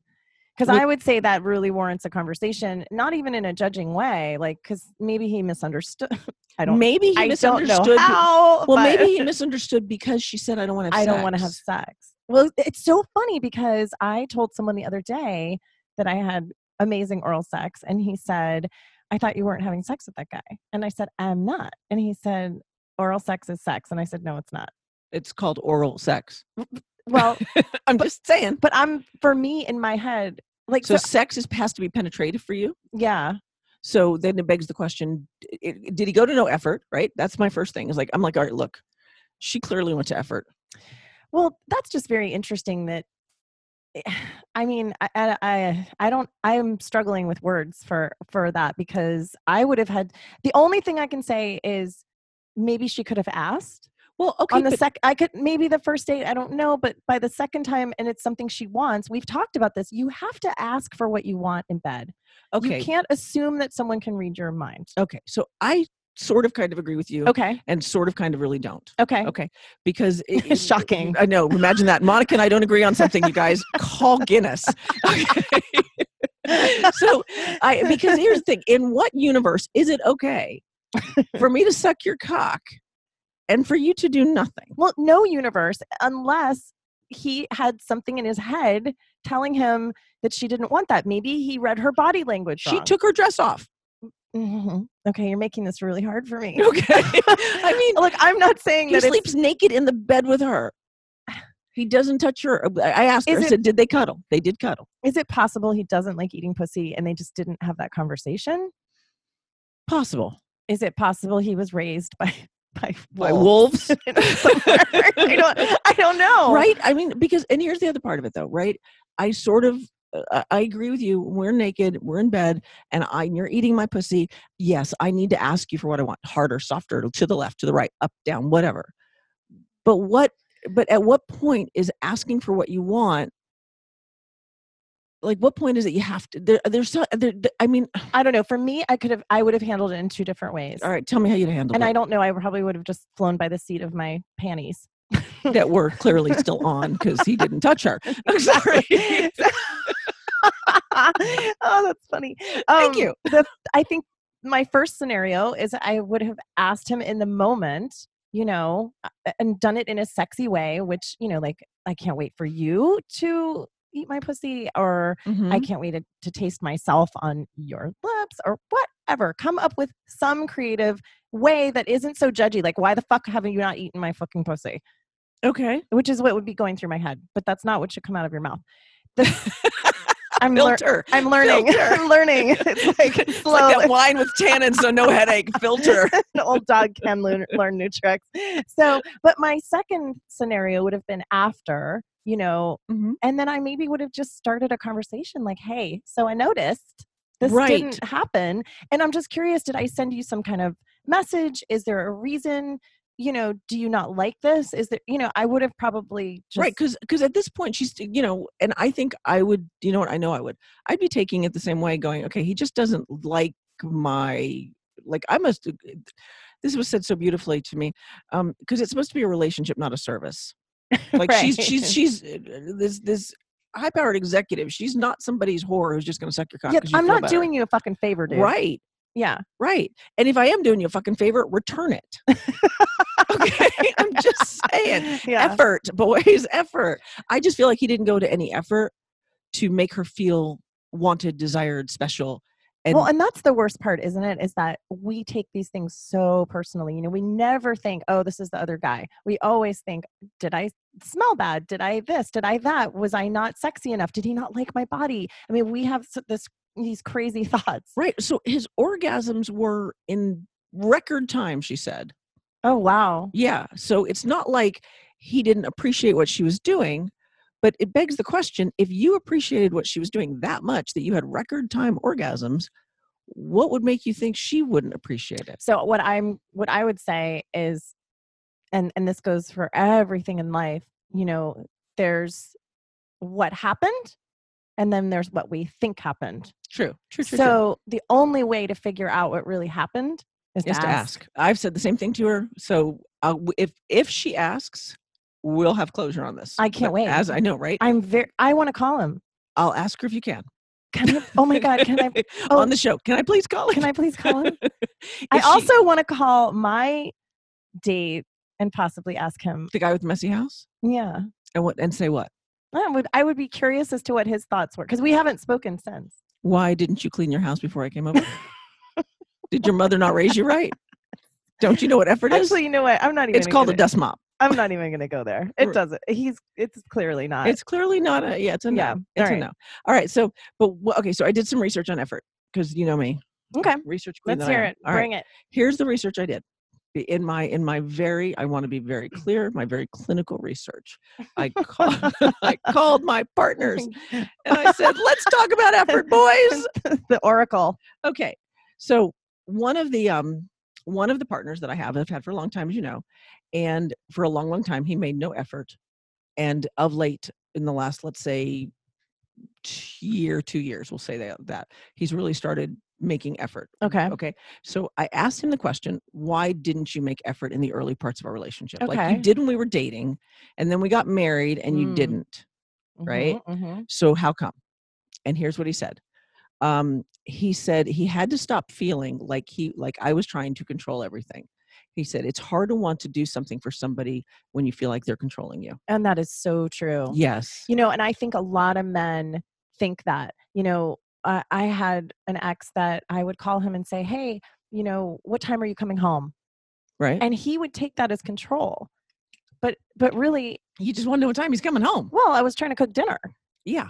[SPEAKER 4] Because
[SPEAKER 3] Look-
[SPEAKER 4] I would say that really warrants a conversation, not even in a judging way, like because maybe he misunderstood. <laughs> I don't.
[SPEAKER 3] Maybe he
[SPEAKER 4] I don't
[SPEAKER 3] misunderstood.
[SPEAKER 4] know how.
[SPEAKER 3] well,
[SPEAKER 4] but-
[SPEAKER 3] maybe he misunderstood because she said, I don't want to have
[SPEAKER 4] I
[SPEAKER 3] sex.
[SPEAKER 4] don't want to have sex. Well, it's so funny because I told someone the other day that I had amazing oral sex, and he said, I thought you weren't having sex with that guy. And I said, I'm not. And he said, Oral sex is sex. And I said, No, it's not.
[SPEAKER 3] It's called oral sex.
[SPEAKER 4] Well,
[SPEAKER 3] I'm just saying.
[SPEAKER 4] but I'm, for me in my head, like,
[SPEAKER 3] So,
[SPEAKER 4] so,
[SPEAKER 3] sex is, has to be penetrative for you.
[SPEAKER 4] yeah,
[SPEAKER 3] So then it begs the question: d- it, Did he go to no effort? Right. That's my first thing. Is like I'm like, all right, look, she clearly went to effort.
[SPEAKER 4] Well, that's just very interesting that eh, <sighs> I mean, I, I I I don't I'm struggling with words for for that because I would have had the only thing I can say is maybe she could have asked
[SPEAKER 3] Well, okay,
[SPEAKER 4] on the
[SPEAKER 3] but,
[SPEAKER 4] sec I could maybe the first date I don't know but by the second time and it's something she wants we've talked about this you have to ask for what you want in bed
[SPEAKER 3] okay,
[SPEAKER 4] you can't assume that someone can read your mind
[SPEAKER 3] okay. So I sort of kind of agree with you,
[SPEAKER 4] okay
[SPEAKER 3] and sort of kind of really don't.
[SPEAKER 4] okay
[SPEAKER 3] Okay,
[SPEAKER 4] <laughs>
[SPEAKER 3] because it, it-
[SPEAKER 4] Shocking.
[SPEAKER 3] I know. Imagine that, Monica and I don't agree on something. You guys call
[SPEAKER 4] <laughs>
[SPEAKER 3] Guinness. Okay. <laughs> so I because here's the thing: in what universe is it okay for me to suck your cock and for you to do nothing?
[SPEAKER 4] Well, no universe, unless he had something in his head telling him that she didn't want that. Maybe he read her body language.
[SPEAKER 3] She took her dress off.
[SPEAKER 4] Mhm. Okay, you're making this really hard for me. <laughs>
[SPEAKER 3] Okay. I
[SPEAKER 4] <gasps>
[SPEAKER 3] mean,
[SPEAKER 4] look, I'm not saying
[SPEAKER 3] he
[SPEAKER 4] Oh, that it's.
[SPEAKER 3] sleeps naked in the bed with her. He doesn't touch her. uh, I I asked her,
[SPEAKER 4] Is
[SPEAKER 3] I
[SPEAKER 4] it-
[SPEAKER 3] said, did they cuddle? They did cuddle.
[SPEAKER 4] Is it possible he doesn't like eating pussy and they just didn't have that conversation?
[SPEAKER 3] Possible.
[SPEAKER 4] Is it possible he was raised by <laughs> by
[SPEAKER 3] By
[SPEAKER 4] wolves
[SPEAKER 3] wolves.
[SPEAKER 4] <laughs> somewhere? I don't.
[SPEAKER 3] <laughs>
[SPEAKER 4] I don't know.
[SPEAKER 3] Right? I mean, because, and here's the other part of it though, right? I sort of, uh, I agree with you. We're naked, we're in bed, and I, you're eating my pussy. Yes, I need to ask you for what I want harder, softer, to the left, to the right, up, down, whatever. But what, but at what point is asking for what you want like what point is it you have to there there's so there i mean
[SPEAKER 4] I don't know. For me, I could have, I would have handled it in two different ways.
[SPEAKER 3] all right tell me how you'd handle
[SPEAKER 4] And
[SPEAKER 3] it
[SPEAKER 4] I don't know. I probably would have just flown by the seat of my panties.
[SPEAKER 3] <laughs> that were clearly still on because he didn't touch her <laughs> i'm sorry <laughs>
[SPEAKER 4] <laughs> oh, that's funny.
[SPEAKER 3] Thank
[SPEAKER 4] Um,
[SPEAKER 3] you.
[SPEAKER 4] the- I think my first scenario is I would have asked him in the moment, you know, uh, a- and done it in a sexy way, which, you know, like, I can't wait for you to eat my pussy or I
[SPEAKER 3] Mhm.
[SPEAKER 4] can't wait to, to taste myself on your lips or whatever. Come up with some creative way that isn't so judgy. Like, why the fuck haven't you not eaten my fucking pussy?
[SPEAKER 3] okay
[SPEAKER 4] Which is what would be going through my head, but that's not what should come out of your mouth. <laughs> The- I'm, lear-
[SPEAKER 3] filter
[SPEAKER 4] I'm learning. <laughs>
[SPEAKER 3] Filter.
[SPEAKER 4] I'm learning. It's
[SPEAKER 3] <laughs>
[SPEAKER 4] like
[SPEAKER 3] It's
[SPEAKER 4] slow. <laughs>
[SPEAKER 3] like that wine with tannin so no <laughs> headache filter
[SPEAKER 4] An old dog can learn, learn new tricks. So, but my second scenario would have been after, you know,
[SPEAKER 3] Mhm.
[SPEAKER 4] and then I maybe would have just started a conversation like, "Hey, so I noticed this
[SPEAKER 3] Right.
[SPEAKER 4] didn't happen, and I'm just curious. Did I send you some kind of message? Is there a reason? You know, do you not like this? Is there? You know, I would have probably just
[SPEAKER 3] right because at this point she's you know and i think i would you know what i know i would i'd be taking it the same way going okay he just doesn't like my like i must uh, this was said so beautifully to me um because it's supposed to be a relationship not a
[SPEAKER 4] <laughs>
[SPEAKER 3] service like she's she's she's uh, this this high powered executive she's not somebody's whore who's just going to suck your cock
[SPEAKER 4] Yeah,
[SPEAKER 3] 'cause you
[SPEAKER 4] I'm
[SPEAKER 3] feel
[SPEAKER 4] not
[SPEAKER 3] better.
[SPEAKER 4] doing you a fucking favor, dude.
[SPEAKER 3] right
[SPEAKER 4] Yeah.
[SPEAKER 3] right and if i am doing you a fucking favor return
[SPEAKER 4] <laughs>
[SPEAKER 3] it okay <laughs> i'm just saying
[SPEAKER 4] yeah.
[SPEAKER 3] effort, <laughs> boys, effort. I just feel like he didn't go to any effort to make her feel wanted, desired, special. And,
[SPEAKER 4] well, and that's the worst part, isn't it? Is that we take these things so personally. You know, we never think, oh, this is the other guy. We always think, did I smell bad? Did I this? Did I that? Was I not sexy enough? Did he not like my body? I mean, we have s- this these crazy <laughs> thoughts.
[SPEAKER 3] right. So his orgasms were in record time, she said.
[SPEAKER 4] Oh wow.
[SPEAKER 3] Yeah. So it's not like he didn't appreciate what she was doing, but it begs the question if you appreciated what she was doing that much that you had record time orgasms, what would make you think she wouldn't appreciate it?
[SPEAKER 4] So what I'm what I would say is and and this goes for everything in life, you know, there's what happened and then there's what we think happened.
[SPEAKER 3] True. True, true, true.
[SPEAKER 4] So the only way to figure out what really happened is
[SPEAKER 3] is
[SPEAKER 4] to ask.
[SPEAKER 3] I've said the same thing to her. So uh, w- if if she asks, we'll have closure on this.
[SPEAKER 4] I can't
[SPEAKER 3] But
[SPEAKER 4] wait.
[SPEAKER 3] As I know, right?
[SPEAKER 4] I'm very. I want to call him.
[SPEAKER 3] I'll ask her if you can.
[SPEAKER 4] Can I? Oh my god! Can
[SPEAKER 3] <laughs>
[SPEAKER 4] I? oh.
[SPEAKER 3] on the show? Can I please call?
[SPEAKER 4] Can I please
[SPEAKER 3] <laughs>
[SPEAKER 4] call him? I
[SPEAKER 3] I also
[SPEAKER 4] also want to call my date and possibly ask him.
[SPEAKER 3] the guy with the messy house
[SPEAKER 4] Yeah,
[SPEAKER 3] and what and say what?
[SPEAKER 4] I would. I would be curious as to what his thoughts were because we haven't spoken since.
[SPEAKER 3] Why didn't you clean your house before I came over? Did your mother not raise you right? Don't you know what effort is?
[SPEAKER 4] Actually, you know what? I'm not even.
[SPEAKER 3] it's called a
[SPEAKER 4] gonna,
[SPEAKER 3] dust mop.
[SPEAKER 4] I'm not even going to go there.
[SPEAKER 3] Right.
[SPEAKER 4] It doesn't. He's. It's clearly not. <laughs>
[SPEAKER 3] It's clearly not a yeah. It's a no.
[SPEAKER 4] Yeah,
[SPEAKER 3] It's a
[SPEAKER 4] alright.
[SPEAKER 3] no. All right. So, but wh- okay. So I did some research on effort because you know me.
[SPEAKER 4] okay.
[SPEAKER 3] Research. queen
[SPEAKER 4] Let's
[SPEAKER 3] that I
[SPEAKER 4] hear
[SPEAKER 3] am.
[SPEAKER 4] it.
[SPEAKER 3] All right.
[SPEAKER 4] Bring it.
[SPEAKER 3] here's the research I did B- in my in my very I want to be very clear my very clinical research. I called <laughs> I called
[SPEAKER 4] <laughs> Oh
[SPEAKER 3] my partners and I said, "Let's talk about effort,
[SPEAKER 4] <laughs>
[SPEAKER 3] boys."
[SPEAKER 4] the Oracle.
[SPEAKER 3] Okay, so one of the um one of the partners that I have I've had for a long time, as you know, and for a long long time he made no effort, and of late in the last let's say t- year two years we'll say that that he's really started making effort
[SPEAKER 4] Okay.
[SPEAKER 3] Okay. So I asked him the question, why didn't you make effort in the early parts of our relationship? Like
[SPEAKER 4] Okay.
[SPEAKER 3] you did when we were dating and then we got married and you
[SPEAKER 4] Mm.
[SPEAKER 3] didn't. Right?
[SPEAKER 4] Mhm, mhm.
[SPEAKER 3] So how come? And here's what he said. Um, he said he had to stop feeling like he like I was trying to control everything. He said it's hard to want to do something for somebody when you feel like they're controlling you.
[SPEAKER 4] And that is so true.
[SPEAKER 3] Yes.
[SPEAKER 4] You know, and I think a lot of men think that. You know, uh, I had an ex that I would call him and say, "Hey, you know, what time are you coming home?"
[SPEAKER 3] Right.
[SPEAKER 4] And he would take that as control. But but really,
[SPEAKER 3] you just want to know what time he's coming home.
[SPEAKER 4] well, I was trying to cook dinner.
[SPEAKER 3] Yeah.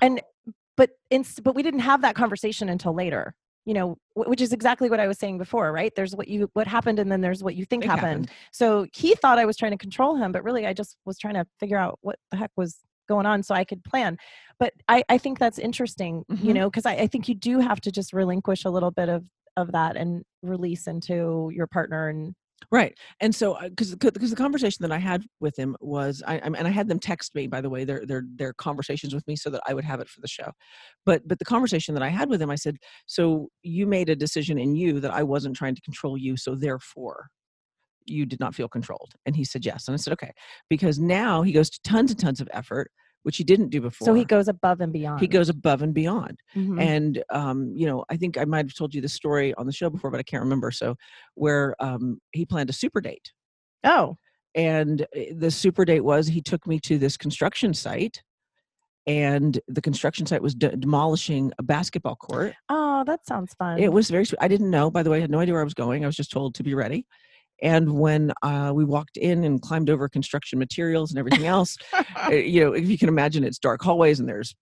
[SPEAKER 4] But inst- but we didn't have that conversation until later. You know, wh- which is exactly what I was saying before, right? There's what you what happened, and then there's what you think
[SPEAKER 3] It
[SPEAKER 4] happened. So he thought I was trying to control him, but really I just was trying to figure out what the heck was going on so I could plan. But I, I think that's interesting, you
[SPEAKER 3] Mhm.
[SPEAKER 4] know, because I, I think you do have to just relinquish a little bit of, of that and release into your partner and
[SPEAKER 3] Right. And so, uh, because because the conversation that I had with him was, I, I and I had them text me by the way their their their conversations with me so that I would have it for the show, but but the conversation that I had with him, I said, so you made a decision in you that I wasn't trying to control you, so therefore you did not feel controlled and he said yes and i said okay because now he goes to tons and tons of effort which he didn't do before
[SPEAKER 4] So he goes above and beyond.
[SPEAKER 3] he goes above and beyond
[SPEAKER 4] Mhm.
[SPEAKER 3] and um, you know i think i might have told you the story on the show before but i can't remember so where um, he planned a super date
[SPEAKER 4] oh,
[SPEAKER 3] and uh, the super date was he took me to this construction site and the construction site was de- demolishing a basketball court
[SPEAKER 4] oh, that sounds fun.
[SPEAKER 3] it was very sweet i didn't know by the way i had no idea where i was going i was just told to be ready and when uh, we walked in and climbed over construction materials and everything else uh, you know, if you can imagine, it's dark hallways and there's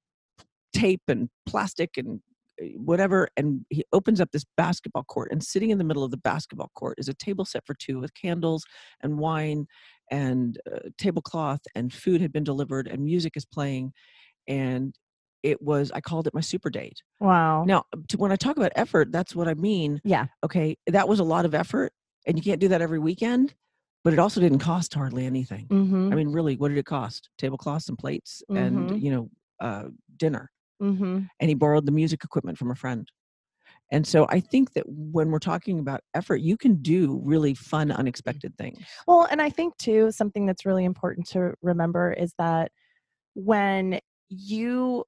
[SPEAKER 3] tape and plastic and uh, whatever. And he opens up this basketball court, and sitting in the middle of the basketball court is a table set for two with candles and wine and uh, tablecloth, and food had been delivered, and music is playing. And it was, I called it my super date.
[SPEAKER 4] wow.
[SPEAKER 3] Now, to, when I talk about effort, that's what I mean.
[SPEAKER 4] Yeah.
[SPEAKER 3] Okay. That was a lot of effort, and you can't do that every weekend, but it also didn't cost hardly anything.
[SPEAKER 4] Mm-hmm.
[SPEAKER 3] I mean, really, what did it cost? Tablecloths and plates
[SPEAKER 4] Mhm.
[SPEAKER 3] and, you know, uh, dinner.
[SPEAKER 4] mm-hmm.
[SPEAKER 3] And he borrowed the music equipment from a friend. And so I think that when we're talking about effort, you can do really fun, unexpected things.
[SPEAKER 4] Well, and I think too, something that's really important to remember is that when you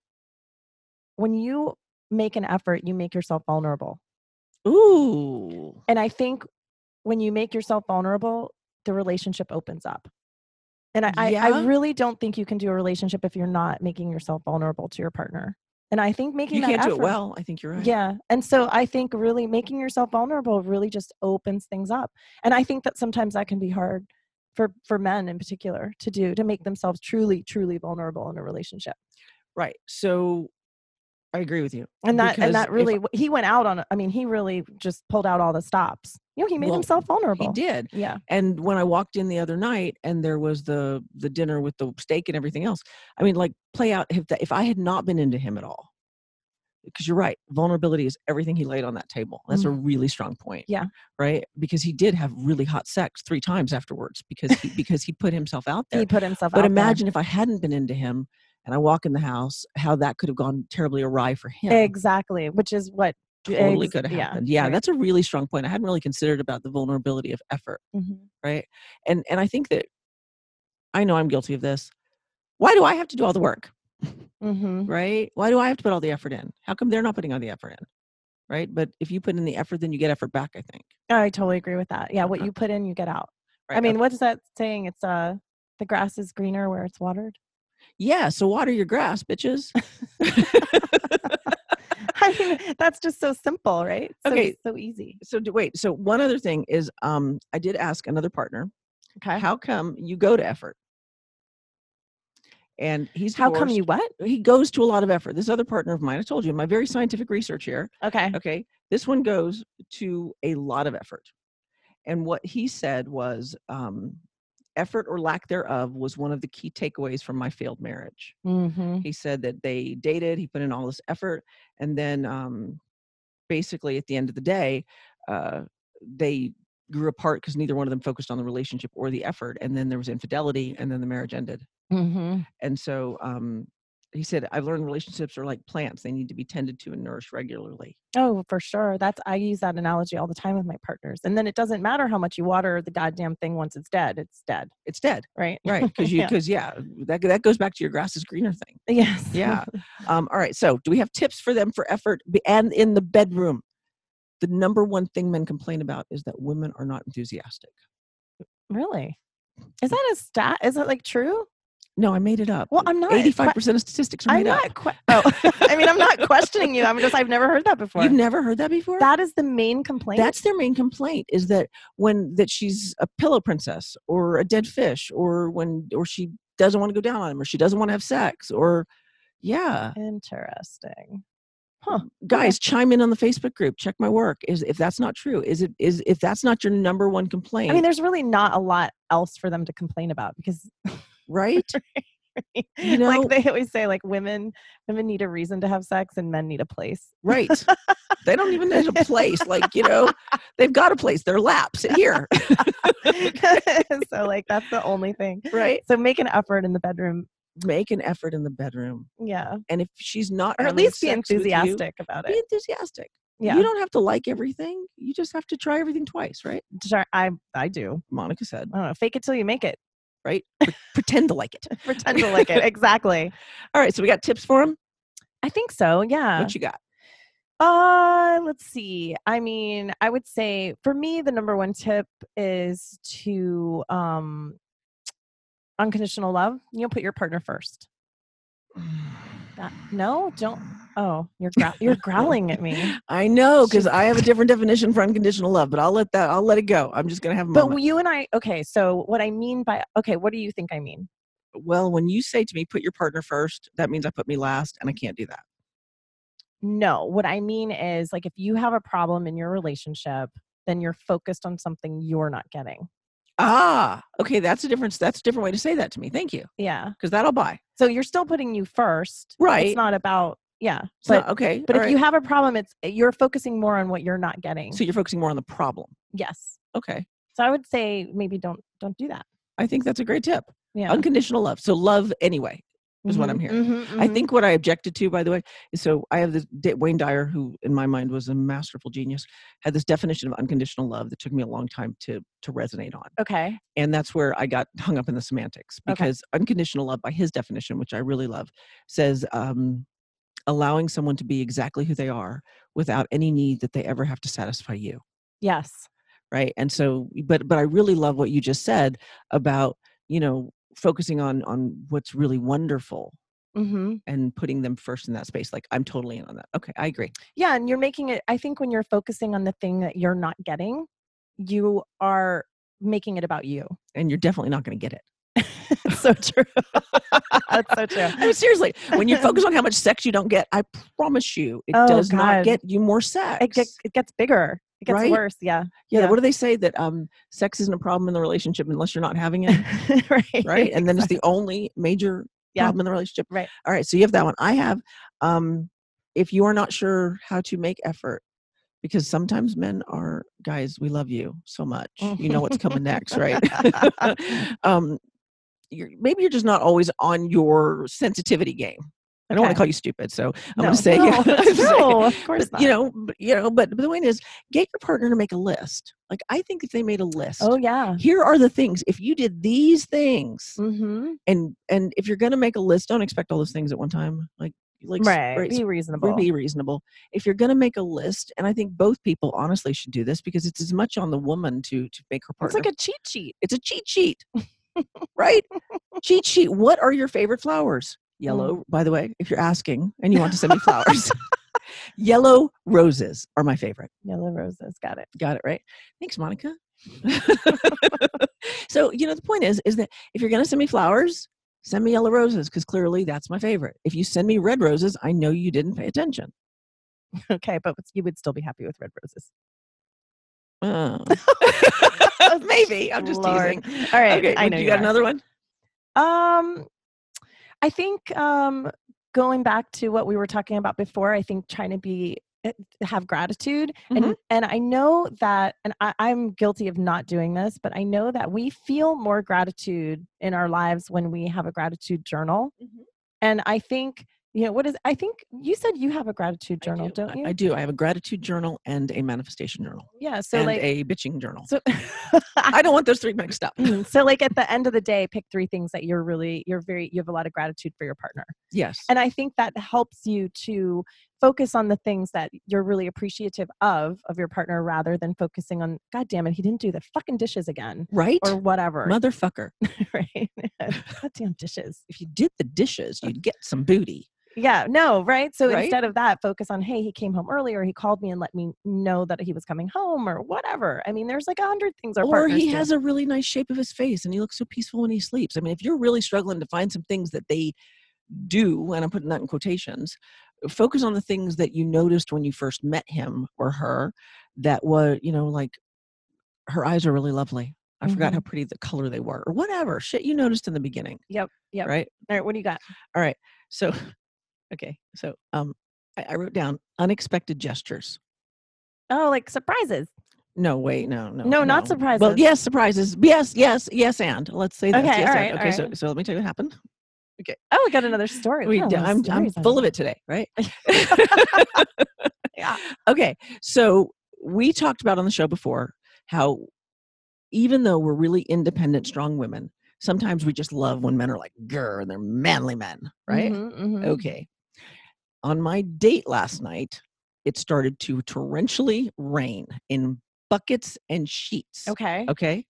[SPEAKER 4] when you make an effort, you make yourself vulnerable.
[SPEAKER 3] Ooh.
[SPEAKER 4] And I think when you make yourself vulnerable, the relationship opens up. And I, I I
[SPEAKER 3] Yeah.
[SPEAKER 4] really don't think you can do a relationship if you're not making yourself vulnerable to your partner. And I think making
[SPEAKER 3] You
[SPEAKER 4] that
[SPEAKER 3] can't do
[SPEAKER 4] effort-
[SPEAKER 3] it well. I think you're right.
[SPEAKER 4] yeah. And so I think really making yourself vulnerable really just opens things up. And I think that sometimes that can be hard for for men in particular to do to make themselves truly truly vulnerable in a relationship.
[SPEAKER 3] Right. So I agree with you.
[SPEAKER 4] And that
[SPEAKER 3] Because
[SPEAKER 4] and that
[SPEAKER 3] if-
[SPEAKER 4] really he went out on a- I mean he really just pulled out all the stops. You know, he made
[SPEAKER 3] Well,
[SPEAKER 4] himself vulnerable.
[SPEAKER 3] He did.
[SPEAKER 4] Yeah.
[SPEAKER 3] And when I walked in the other night and there was the the dinner with the steak and everything else, I mean, like play out if that if I had not been into him at all. Because you're right, vulnerability is everything he laid on that table. That's a really strong point.
[SPEAKER 4] Mm. Yeah.
[SPEAKER 3] Right? Because he did have really hot sex three times afterwards because
[SPEAKER 4] <laughs>
[SPEAKER 3] he because he put himself out there.
[SPEAKER 4] He put himself out
[SPEAKER 3] but
[SPEAKER 4] there.
[SPEAKER 3] imagine if I hadn't been into him and I walk in the house, how that could have gone terribly awry for him.
[SPEAKER 4] exactly, which is what
[SPEAKER 3] Totally
[SPEAKER 4] ex-
[SPEAKER 3] could have
[SPEAKER 4] yeah,
[SPEAKER 3] happened. Yeah,
[SPEAKER 4] right.
[SPEAKER 3] that's a really strong point. I hadn't really considered about the vulnerability of effort
[SPEAKER 4] Mhm.
[SPEAKER 3] right and and i think that i know i'm guilty of this why do i have to do all the work
[SPEAKER 4] Mhm.
[SPEAKER 3] right why do i have to put all the effort in how come they're not putting all the effort in right but if you put in the effort then you get effort back i think
[SPEAKER 4] I totally agree with that. Yeah, what
[SPEAKER 3] Uh-huh.
[SPEAKER 4] you put in, you get out.
[SPEAKER 3] right
[SPEAKER 4] I mean, what is that saying? It's uh the grass is greener where it's watered.
[SPEAKER 3] yeah so water your grass
[SPEAKER 4] <laughs>
[SPEAKER 3] bitches
[SPEAKER 4] I mean, that's just so simple, right? So,
[SPEAKER 3] Okay.
[SPEAKER 4] So easy.
[SPEAKER 3] so do, wait so one other thing is um i did ask another partner
[SPEAKER 4] Okay. How,
[SPEAKER 3] how come you go to effort and he's
[SPEAKER 4] come you
[SPEAKER 3] divorced.
[SPEAKER 4] what?
[SPEAKER 3] he goes to a lot of effort this other partner of mine i told you my very scientific research here
[SPEAKER 4] Okay.
[SPEAKER 3] Okay. This one goes to a lot of effort. And what he said was um, effort or lack thereof was one of the key takeaways from my failed marriage.
[SPEAKER 4] Mm-hmm.
[SPEAKER 3] He said that they dated, he put in all this effort, and then um, basically at the end of the day, uh, they grew apart because neither one of them focused on the relationship or the effort. And then there was infidelity, and then the marriage ended.
[SPEAKER 4] Mm-hmm.
[SPEAKER 3] And so um, he said, I've learned relationships are like plants, they need to be tended to and nourished regularly.
[SPEAKER 4] Oh, for sure. That's I use that analogy all the time with my partners. And then it doesn't matter how much you water the goddamn thing once it's dead. It's dead,
[SPEAKER 3] It's dead.
[SPEAKER 4] right? <laughs>
[SPEAKER 3] right because you
[SPEAKER 4] Yeah.
[SPEAKER 3] because yeah. that that goes back to your grass is greener thing
[SPEAKER 4] Yes.
[SPEAKER 3] yeah um all right so do we have tips for them for effort be- and in the bedroom the number one thing men complain about is that women are not enthusiastic
[SPEAKER 4] <laughs> really. Is that a stat? Is that like true?
[SPEAKER 3] no i made it up
[SPEAKER 4] Well, I'm not. que-
[SPEAKER 3] 85% of statistics are
[SPEAKER 4] I'm
[SPEAKER 3] made
[SPEAKER 4] not.
[SPEAKER 3] up <laughs>
[SPEAKER 4] Que- oh, <laughs> I mean, I'm not questioning you. I'm just. I've never heard that before.
[SPEAKER 3] you've never heard that before
[SPEAKER 4] that is the main complaint.
[SPEAKER 3] that's their main complaint is that when that she's a pillow princess or a dead fish or when or she doesn't want to go down on him or she doesn't want to have sex or yeah
[SPEAKER 4] interesting.
[SPEAKER 3] guys chime in on the facebook group check my work is if that's not true is it is if that's not your number one complaint
[SPEAKER 4] I mean, there's really not a lot else for them to complain about because
[SPEAKER 3] right
[SPEAKER 4] journey.
[SPEAKER 3] You know-
[SPEAKER 4] <laughs> like they always say, like women women need a reason to have sex and men need a
[SPEAKER 3] <laughs>
[SPEAKER 4] place. <laughs>
[SPEAKER 3] Right. they don't even need a place. Like, you know, they've got a place. Their lap. Sit
[SPEAKER 4] <laughs>
[SPEAKER 3] here.
[SPEAKER 4] so like that's the only thing.
[SPEAKER 3] Right.
[SPEAKER 4] So make an effort in the bedroom.
[SPEAKER 3] <laughs> Make an effort in the bedroom.
[SPEAKER 4] Yeah.
[SPEAKER 3] And if she's not,
[SPEAKER 4] Or at
[SPEAKER 3] having
[SPEAKER 4] least be
[SPEAKER 3] sex with you,
[SPEAKER 4] enthusiastic about
[SPEAKER 3] be
[SPEAKER 4] it.
[SPEAKER 3] enthusiastic.
[SPEAKER 4] Yeah.
[SPEAKER 3] You don't have to like everything. You just have to try everything twice, right?
[SPEAKER 4] Sure, I I do.
[SPEAKER 3] Monica said.
[SPEAKER 4] I don't know. Fake it till you make it. <laughs>
[SPEAKER 3] Pretend to like it.
[SPEAKER 4] Pretend to
[SPEAKER 3] <laughs>
[SPEAKER 4] like it. Exactly.
[SPEAKER 3] All right. So we got tips for him.
[SPEAKER 4] I think so. Yeah.
[SPEAKER 3] What you got?
[SPEAKER 4] Uh, let's see. I mean, I would say for me, the number one tip is to um, unconditional love. You know, put your partner first. That- no, don't. Oh, you're grow- you're growling
[SPEAKER 3] <laughs>
[SPEAKER 4] at me.
[SPEAKER 3] I know
[SPEAKER 4] She's-
[SPEAKER 3] because I have a different definition for unconditional love, but I'll let that. I'll let it go. I'm just gonna have. A
[SPEAKER 4] But
[SPEAKER 3] moment.
[SPEAKER 4] you and I. Okay, so what I mean by okay, what do you think I mean?
[SPEAKER 3] well, when you say to me, "Put your partner first, that means I put me last, and I can't do that.
[SPEAKER 4] No, what I mean is like if you have a problem in your relationship, then you're focused on something you're not getting.
[SPEAKER 3] Ah, okay, that's a difference. That's a different way to say that to me. Thank you,
[SPEAKER 4] Yeah.
[SPEAKER 3] because that'll buy.
[SPEAKER 4] So you're still putting you first.
[SPEAKER 3] Right.
[SPEAKER 4] It's not about yeah.
[SPEAKER 3] It's
[SPEAKER 4] But
[SPEAKER 3] not- okay,
[SPEAKER 4] But
[SPEAKER 3] all
[SPEAKER 4] if you
[SPEAKER 3] right.
[SPEAKER 4] have a problem, it's eh, you're focusing more on what you're not getting.
[SPEAKER 3] so you're focusing more on the problem.
[SPEAKER 4] yes.
[SPEAKER 3] Okay,
[SPEAKER 4] So I would say maybe don't don't do that.
[SPEAKER 3] I think that's a great tip.
[SPEAKER 4] Yeah. Mm-hmm.
[SPEAKER 3] Unconditional love. So love anyway. is what I'm hearing. I think what I objected to, by the way, is so I have this D- Wayne Dyer, who in my mind was a masterful genius, had this definition of unconditional love that took me a long time to to resonate on.
[SPEAKER 4] mm-hmm. Okay.
[SPEAKER 3] and that's where I got hung up in the semantics
[SPEAKER 4] Okay.
[SPEAKER 3] because unconditional love, by his definition, which I really love, says um, allowing someone to be exactly who they are without any need that they ever have to satisfy you,
[SPEAKER 4] Yes.
[SPEAKER 3] right? And so, but but I really love what you just said about you know focusing on on what's really wonderful
[SPEAKER 4] hmm
[SPEAKER 3] and putting them first in that space. Like I'm totally in on that. Okay, I agree.
[SPEAKER 4] Yeah, and you're making it. I think when you're focusing on the thing that you're not getting, you are making it about you.
[SPEAKER 3] And you're definitely not going to get it. <laughs>
[SPEAKER 4] <laughs> so true. That's so true.
[SPEAKER 3] I mean, seriously, when you focus on how much sex you don't get, I promise you, it
[SPEAKER 4] Oh,
[SPEAKER 3] does
[SPEAKER 4] God.
[SPEAKER 3] not get you more sex.
[SPEAKER 4] It gets it gets bigger. It gets
[SPEAKER 3] Right?
[SPEAKER 4] worse.
[SPEAKER 3] <laughs>
[SPEAKER 4] Yeah. <laughs>
[SPEAKER 3] yeah,
[SPEAKER 4] Yeah.
[SPEAKER 3] what do they say that um sex isn't a problem in the relationship unless you're not having it
[SPEAKER 4] right. <laughs>
[SPEAKER 3] right and then it's the only major
[SPEAKER 4] Yeah.
[SPEAKER 3] problem in the relationship
[SPEAKER 4] Right.
[SPEAKER 3] all right so you have that one i have um if you are not sure how to make effort because sometimes men are guys we love you so much you know what's coming next right
[SPEAKER 4] Mm-hmm.
[SPEAKER 3] <laughs>
[SPEAKER 4] <laughs>
[SPEAKER 3] um you're, maybe you're just not always on your sensitivity game i don't want
[SPEAKER 4] Okay.
[SPEAKER 3] to call you stupid so i'm
[SPEAKER 4] No.
[SPEAKER 3] going to say <laughs>
[SPEAKER 4] <laughs> No,
[SPEAKER 3] I'm
[SPEAKER 4] it's
[SPEAKER 3] saying-
[SPEAKER 4] true. Of course
[SPEAKER 3] but,
[SPEAKER 4] not.
[SPEAKER 3] you know, but, you know, but, but the point is, get your partner to make a list. Like I think if they made a list,
[SPEAKER 4] Oh yeah.
[SPEAKER 3] here are the things. If you did these things,
[SPEAKER 4] Mm-hmm.
[SPEAKER 3] and and if you're gonna make a list, don't expect all those things at one time. Like like s-
[SPEAKER 4] Right. Be
[SPEAKER 3] s-
[SPEAKER 4] reasonable.
[SPEAKER 3] Be reasonable. If you're gonna make a list, and I think both people honestly should do this because it's as much on the woman to to make her
[SPEAKER 4] it's
[SPEAKER 3] partner.
[SPEAKER 4] like a cheat sheet.
[SPEAKER 3] it's a cheat
[SPEAKER 4] <laughs>
[SPEAKER 3] sheet, right? cheat sheet. What are your favorite flowers?
[SPEAKER 4] Mm.
[SPEAKER 3] Yellow, by the way, if you're asking and you want to send
[SPEAKER 4] <laughs>
[SPEAKER 3] me flowers. <laughs> Yellow roses are my favorite.
[SPEAKER 4] Yellow roses. Got it. <laughs>
[SPEAKER 3] Got it right. Thanks, Monica. <laughs> so you know the point is is that if you're going to send me flowers, send me yellow roses because clearly that's my favorite. If you send me red roses, I know you didn't pay attention.
[SPEAKER 4] Okay, but you would still be happy with red roses. <laughs>
[SPEAKER 3] Oh. <laughs> Maybe I'm just
[SPEAKER 4] Lord.
[SPEAKER 3] teasing.
[SPEAKER 4] All right.
[SPEAKER 3] Okay,
[SPEAKER 4] I
[SPEAKER 3] would-
[SPEAKER 4] know
[SPEAKER 3] you, got
[SPEAKER 4] are.
[SPEAKER 3] another one.
[SPEAKER 4] Um, I think um, going back to what we were talking about before, I think trying to be eh, have gratitude and and I know that and I, I'm guilty of not doing this, but I know that we feel more gratitude in our lives when we have a gratitude journal.
[SPEAKER 3] Mhm.
[SPEAKER 4] And I think you know what is I think you said you have a gratitude journal,
[SPEAKER 3] I do.
[SPEAKER 4] not you?
[SPEAKER 3] I, I do. I have a gratitude journal and a manifestation journal
[SPEAKER 4] yeah. So
[SPEAKER 3] and
[SPEAKER 4] like
[SPEAKER 3] a bitching journal.
[SPEAKER 4] so
[SPEAKER 3] <laughs> I don't want those three mixed
[SPEAKER 4] <laughs>
[SPEAKER 3] up.
[SPEAKER 4] Mm, so like at the end of the day, pick three things that you're really you're very you have a lot of gratitude for your partner.
[SPEAKER 3] Yes.
[SPEAKER 4] And I think that helps you to focus on the things that you're really appreciative of of your partner rather than focusing on god damn it, he didn't do the fucking dishes again
[SPEAKER 3] right.
[SPEAKER 4] or whatever.
[SPEAKER 3] Motherfucker.
[SPEAKER 4] <laughs> right? <laughs> Goddamn dishes.
[SPEAKER 3] If you did the dishes, you'd get some booty.
[SPEAKER 4] Yeah, no, right? So
[SPEAKER 3] Right?
[SPEAKER 4] instead of that, focus on hey, he came home early or he called me and let me know that he was coming home or whatever. I mean, there's like a hundred things our
[SPEAKER 3] or
[SPEAKER 4] partners
[SPEAKER 3] he
[SPEAKER 4] do.
[SPEAKER 3] has a really nice shape of his face and he looks so peaceful when he sleeps. I mean, if you're really struggling to find some things that they do, and I'm putting that in quotations, focus on the things that you noticed when you first met him or her that was, you know, like her eyes are really lovely. I forgot
[SPEAKER 4] Mm-hmm.
[SPEAKER 3] how pretty the color they were or whatever shit you noticed in the beginning.
[SPEAKER 4] Yep, yep.
[SPEAKER 3] Right.
[SPEAKER 4] All right, what do you got?
[SPEAKER 3] So, <laughs> okay. So, um, I, I wrote down unexpected gestures.
[SPEAKER 4] Oh, like surprises.
[SPEAKER 3] No, wait, no, no,
[SPEAKER 4] No, not
[SPEAKER 3] Well,
[SPEAKER 4] surprises.
[SPEAKER 3] yes, surprises. Yes, yes, yes, and let's say that.
[SPEAKER 4] Okay,
[SPEAKER 3] yes,
[SPEAKER 4] all
[SPEAKER 3] and.
[SPEAKER 4] right, all
[SPEAKER 3] okay. So,
[SPEAKER 4] right.
[SPEAKER 3] so let me tell you what happened.
[SPEAKER 4] Oh, I got another story.
[SPEAKER 3] We,
[SPEAKER 4] Wow,
[SPEAKER 3] d-
[SPEAKER 4] those
[SPEAKER 3] I'm, I'm
[SPEAKER 4] stories are-
[SPEAKER 3] full of it today, right?
[SPEAKER 4] <laughs>
[SPEAKER 3] <laughs>
[SPEAKER 4] Yeah.
[SPEAKER 3] Okay. So we talked about on the show before how even though we're really independent, strong women, sometimes we just love when men are like grr and they're manly men, right? Oh,
[SPEAKER 4] Mhm, mhm.
[SPEAKER 3] Okay. On my date last night, it started to torrentially rain in buckets and sheets.
[SPEAKER 4] Okay.
[SPEAKER 3] Okay.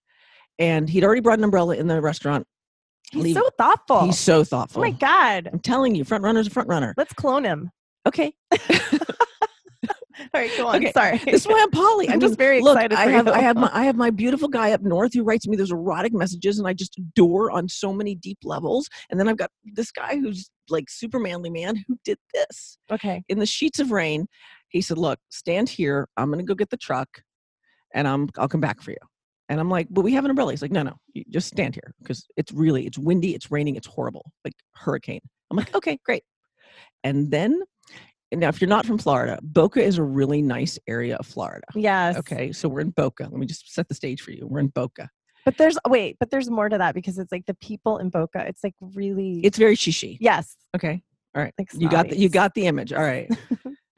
[SPEAKER 3] And he'd already brought an umbrella in the restaurant.
[SPEAKER 4] He's
[SPEAKER 3] leave-
[SPEAKER 4] so thoughtful.
[SPEAKER 3] He's so
[SPEAKER 4] oh
[SPEAKER 3] thoughtful.
[SPEAKER 4] my God.
[SPEAKER 3] I'm telling you, front runner's a front
[SPEAKER 4] <laughs>
[SPEAKER 3] runner.
[SPEAKER 4] Let's clone him. <laughs>
[SPEAKER 3] Okay. <laughs>
[SPEAKER 4] All right, go on.
[SPEAKER 3] Okay.
[SPEAKER 4] Sorry.
[SPEAKER 3] <laughs> This is why I'm Polly.
[SPEAKER 4] <laughs> I'm
[SPEAKER 3] I
[SPEAKER 4] just
[SPEAKER 3] mean,
[SPEAKER 4] very
[SPEAKER 3] Look,
[SPEAKER 4] excited.
[SPEAKER 3] I
[SPEAKER 4] for
[SPEAKER 3] have
[SPEAKER 4] you.
[SPEAKER 3] I have my I have my beautiful guy up north who writes me those erotic messages and I just adore on so many deep levels. And then I've got this guy who's like super manly man who did this.
[SPEAKER 4] <laughs> Okay.
[SPEAKER 3] in the sheets of rain. He said, "Look, stand here. I'm gonna go get the truck, and I'm I'll come back for you." And I'm like, "But we have an umbrella." He's like, "No, no, you just stand here because it's really it's windy, it's raining, it's horrible, like hurricane." I'm like, "Okay, great." And then, and now if you're not from Florida, Boca is a really nice area of Florida.
[SPEAKER 4] Yes.
[SPEAKER 3] Okay, so we're in Boca. Let me just set the stage for you. We're in Boca.
[SPEAKER 4] But there's oh, wait, but there's more to that because it's like the people in Boca. It's like really.
[SPEAKER 3] It's very shishi.
[SPEAKER 4] yes.
[SPEAKER 3] Okay. All right.
[SPEAKER 4] Like
[SPEAKER 3] You got the, you
[SPEAKER 4] snobbies.
[SPEAKER 3] got the image. All
[SPEAKER 4] <laughs>
[SPEAKER 3] right.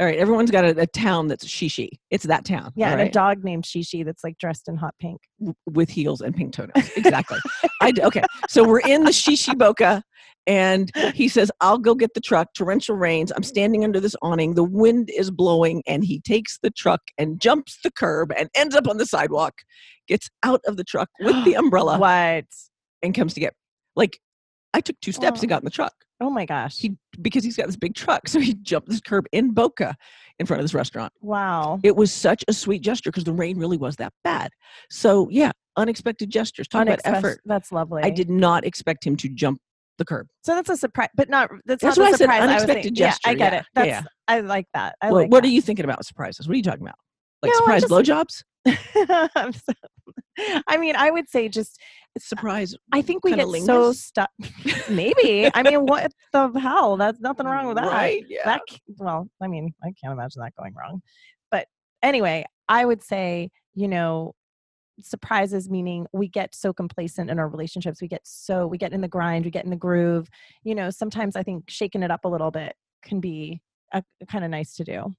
[SPEAKER 3] All right. Everyone's got a, a town that's shishi. It's that town.
[SPEAKER 4] Yeah,
[SPEAKER 3] all
[SPEAKER 4] and
[SPEAKER 3] right?
[SPEAKER 4] a dog named Shishi that's like dressed in hot pink.
[SPEAKER 3] w- with heels and pink toenails. Exactly. I d- okay. So we're in the shishi boca, and he says, "I'll go get the truck." Torrential rains. I'm standing under this awning. The wind is blowing, and he takes the truck and jumps the curb and ends up on the sidewalk. Gets out of the truck with the umbrella
[SPEAKER 4] What?
[SPEAKER 3] and comes to get like. I took two steps and got in the truck
[SPEAKER 4] Oh my gosh!
[SPEAKER 3] He- because he's got this big truck. So he jumped this curb in Boca in front of this restaurant.
[SPEAKER 4] wow.
[SPEAKER 3] It was such a sweet gesture because the rain really was that bad. So, yeah, unexpected gestures. Talk
[SPEAKER 4] Unexpect-
[SPEAKER 3] about effort.
[SPEAKER 4] That's lovely.
[SPEAKER 3] I did not expect him to jump the curb.
[SPEAKER 4] So that's a surprise, but not. That's,
[SPEAKER 3] That's
[SPEAKER 4] not
[SPEAKER 3] why I
[SPEAKER 4] the
[SPEAKER 3] said
[SPEAKER 4] surprise was
[SPEAKER 3] unexpected
[SPEAKER 4] thinking. Yeah, I
[SPEAKER 3] gesture,
[SPEAKER 4] get
[SPEAKER 3] yeah,
[SPEAKER 4] it. That's,
[SPEAKER 3] yeah.
[SPEAKER 4] I like that. I
[SPEAKER 3] well,
[SPEAKER 4] like
[SPEAKER 3] what
[SPEAKER 4] that.
[SPEAKER 3] are you thinking about with surprises? What are you talking about? Like
[SPEAKER 4] No, I
[SPEAKER 3] surprise
[SPEAKER 4] just-
[SPEAKER 3] blowjobs?
[SPEAKER 4] <laughs> I'm so- I mean, I would say just.
[SPEAKER 3] Surprise.
[SPEAKER 4] I think we
[SPEAKER 3] Kinda
[SPEAKER 4] get so
[SPEAKER 3] lingers?
[SPEAKER 4] stuck. <laughs> Maybe. I mean, what the hell? That's nothing wrong with that.
[SPEAKER 3] Right? Yeah.
[SPEAKER 4] That c- well, I mean, I can't imagine that going wrong. But anyway, I would say, you know, surprises meaning we get so complacent in our relationships. We get so we get in the grind, we get in the groove. You know, sometimes I think shaking it up a little bit can be a, kind of nice to do.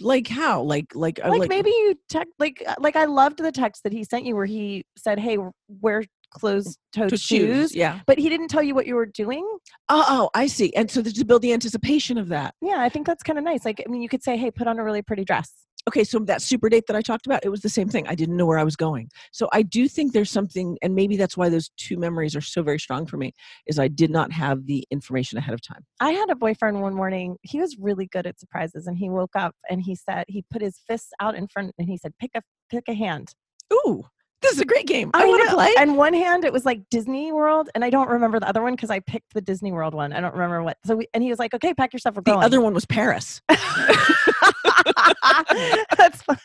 [SPEAKER 3] like how? Like like I
[SPEAKER 4] Like, maybe you tech like uh, like I loved the text that he sent you where he said, "Hey, w- wear closed-toed
[SPEAKER 3] to
[SPEAKER 4] shoes."
[SPEAKER 3] choose. Yeah.
[SPEAKER 4] But he didn't tell you what you were doing.
[SPEAKER 3] Oh, oh, I see. And so to build the anticipation of that.
[SPEAKER 4] Yeah, I think that's kind of nice. Like, I mean, you could say, "Hey, put on a really pretty dress."
[SPEAKER 3] okay, so that super date that I talked about, it was the same thing. I didn't know where I was going. So I do think there's something, and maybe that's why those two memories are so very strong for me, is I did not have the information ahead of time.
[SPEAKER 4] I had a boyfriend one morning. He was really good at surprises, and he woke up and he said he put his fists out in front and he said, "Pick a pick a hand."
[SPEAKER 3] Ooh, this is a great game. I,
[SPEAKER 4] I
[SPEAKER 3] want to
[SPEAKER 4] know.
[SPEAKER 3] play.
[SPEAKER 4] And one hand it was like Disney World, and I don't remember the other one because I picked the Disney World one. I don't remember what. So we, and he was like, "Okay, pack your stuff. We're
[SPEAKER 3] the
[SPEAKER 4] going." <laughs>
[SPEAKER 3] other one was Paris.
[SPEAKER 4] That's fun.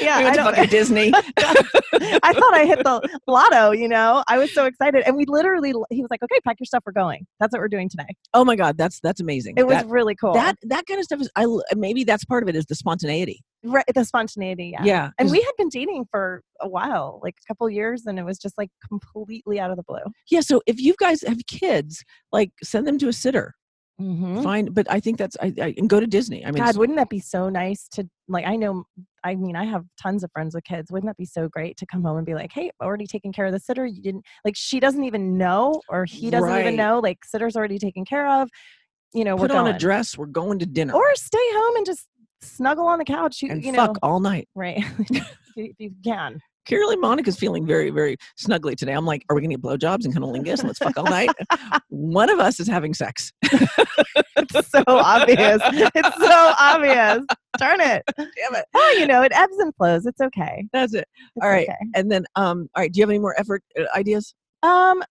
[SPEAKER 4] Yeah,
[SPEAKER 3] we went
[SPEAKER 4] I
[SPEAKER 3] to
[SPEAKER 4] don't.
[SPEAKER 3] fucking Disney.
[SPEAKER 4] <laughs> I thought I hit the lotto. You know, I was so excited, and we literally. He was like, "Okay, pack your stuff. We're going." That's what we're doing today.
[SPEAKER 3] Oh my God, that's that's amazing.
[SPEAKER 4] It was
[SPEAKER 3] that,
[SPEAKER 4] really cool.
[SPEAKER 3] that that kind of stuff is. I l- maybe that's part of it is the spontaneity.
[SPEAKER 4] Right, the spontaneity. Yeah.
[SPEAKER 3] Yeah,
[SPEAKER 4] And
[SPEAKER 3] 'cause-
[SPEAKER 4] we had been dating for a while, like a couple years, and it was just like completely out of the blue.
[SPEAKER 3] yeah. So if you guys have kids, like send them to a sitter.
[SPEAKER 4] Mm-hmm.
[SPEAKER 3] Fine, but I think that's I, I and go to Disney. I mean,
[SPEAKER 4] God, wouldn't that be so nice to like? I know, I mean, I have tons of friends with kids. Wouldn't that be so great to come home and be like, "Hey, already taking care of the sitter. You didn't like she doesn't even know, or he doesn't
[SPEAKER 3] Right.
[SPEAKER 4] even know. Like sitter's already taken care of. You know,
[SPEAKER 3] put
[SPEAKER 4] we're
[SPEAKER 3] on
[SPEAKER 4] going.
[SPEAKER 3] a dress. We're going to dinner
[SPEAKER 4] or stay home and just snuggle on the couch. You,
[SPEAKER 3] and
[SPEAKER 4] you
[SPEAKER 3] fuck
[SPEAKER 4] know,
[SPEAKER 3] all night.
[SPEAKER 4] right? <laughs> if you <laughs> can.
[SPEAKER 3] Clearly, Monica's feeling very, very snuggly today. I'm like, are we gonna get blowjobs and cunnilingus and let's fuck all
[SPEAKER 4] <laughs>
[SPEAKER 3] night? One of us is having sex. <laughs>
[SPEAKER 4] It's so obvious. It's so obvious. Darn it.
[SPEAKER 3] Damn it.
[SPEAKER 4] Oh, you know, it ebbs and flows. It's okay.
[SPEAKER 3] That's it.
[SPEAKER 4] It's
[SPEAKER 3] All right.
[SPEAKER 4] okay.
[SPEAKER 3] And then, um, all right. Do you have any more effort uh, ideas?
[SPEAKER 4] Um,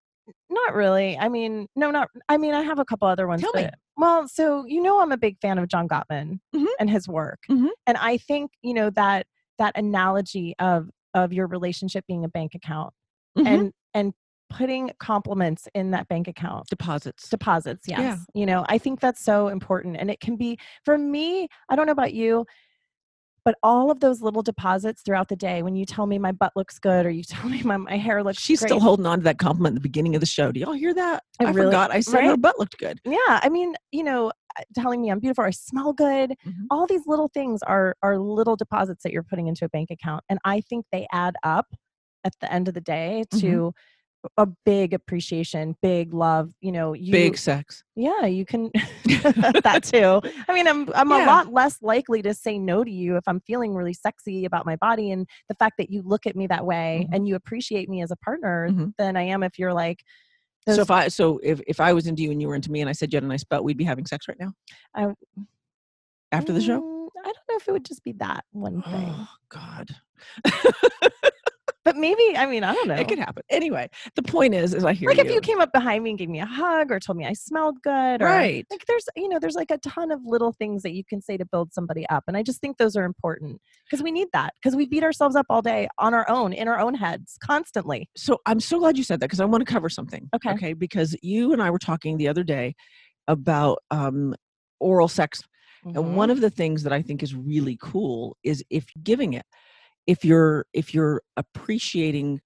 [SPEAKER 4] not really. I mean, no, not. I mean, I have a couple other ones.
[SPEAKER 3] Tell me.
[SPEAKER 4] but- Well, so you know, I'm a big fan of John Gottman
[SPEAKER 3] Mhm.
[SPEAKER 4] and his work,
[SPEAKER 3] Mhm.
[SPEAKER 4] and I think you know that that analogy of of your relationship being a bank account
[SPEAKER 3] Mhm.
[SPEAKER 4] and and putting compliments in that bank account
[SPEAKER 3] deposits.
[SPEAKER 4] deposits yes
[SPEAKER 3] Yeah.
[SPEAKER 4] you know i think that's so important and it can be for me i don't know about you but all of those little deposits throughout the day when you tell me my butt looks good or you <laughs> tell me my, my hair looks
[SPEAKER 3] She's
[SPEAKER 4] great.
[SPEAKER 3] still holding on to that compliment at the beginning of the show. Do y'all hear that?
[SPEAKER 4] I
[SPEAKER 3] I,
[SPEAKER 4] really-
[SPEAKER 3] forgot. I said her
[SPEAKER 4] right?
[SPEAKER 3] butt looked good.
[SPEAKER 4] yeah i mean you know uh, telling me i'm beautiful or i smell good
[SPEAKER 3] Mhm.
[SPEAKER 4] all these little things are are little deposits that you're putting into a bank account and i think they add up at the end of the day
[SPEAKER 3] Mhm.
[SPEAKER 4] to a big appreciation big love you know you
[SPEAKER 3] Big sex.
[SPEAKER 4] yeah
[SPEAKER 3] <laughs>
[SPEAKER 4] you can <laughs> that too i mean i'm i'm a
[SPEAKER 3] Yeah.
[SPEAKER 4] lot less likely to say no to you if i'm feeling really sexy about my body and the fact that you look at me that way
[SPEAKER 3] Mhm.
[SPEAKER 4] and you appreciate me as a partner
[SPEAKER 3] Mhm.
[SPEAKER 4] than i am if you're like
[SPEAKER 3] So
[SPEAKER 4] those-
[SPEAKER 3] if I so if, if I was into you and you were into me and I said you had a nice butt, we'd be having sex right now.
[SPEAKER 4] I-
[SPEAKER 3] After the show.
[SPEAKER 4] Mm, i don't know if it would just be that one thing
[SPEAKER 3] <gasps> Oh God,
[SPEAKER 4] but maybe i mean i don't know
[SPEAKER 3] it could happen. Anyway, the point is, is I hear
[SPEAKER 4] like if you came up behind me and gave me a hug or told me I smelled good or
[SPEAKER 3] Right.
[SPEAKER 4] like there's you know there's like a ton of little things that you can say to build somebody up and I just think those are important because we need that because we beat ourselves up all day on our own in our own heads constantly
[SPEAKER 3] so I'm so glad you said that because I want to cover something.
[SPEAKER 4] Okay.
[SPEAKER 3] Okay. Because you and I were talking the other day about um, oral sex
[SPEAKER 4] Mm-hmm,
[SPEAKER 3] And one of the things that I think is really cool is if giving it, if you're if you're appreciating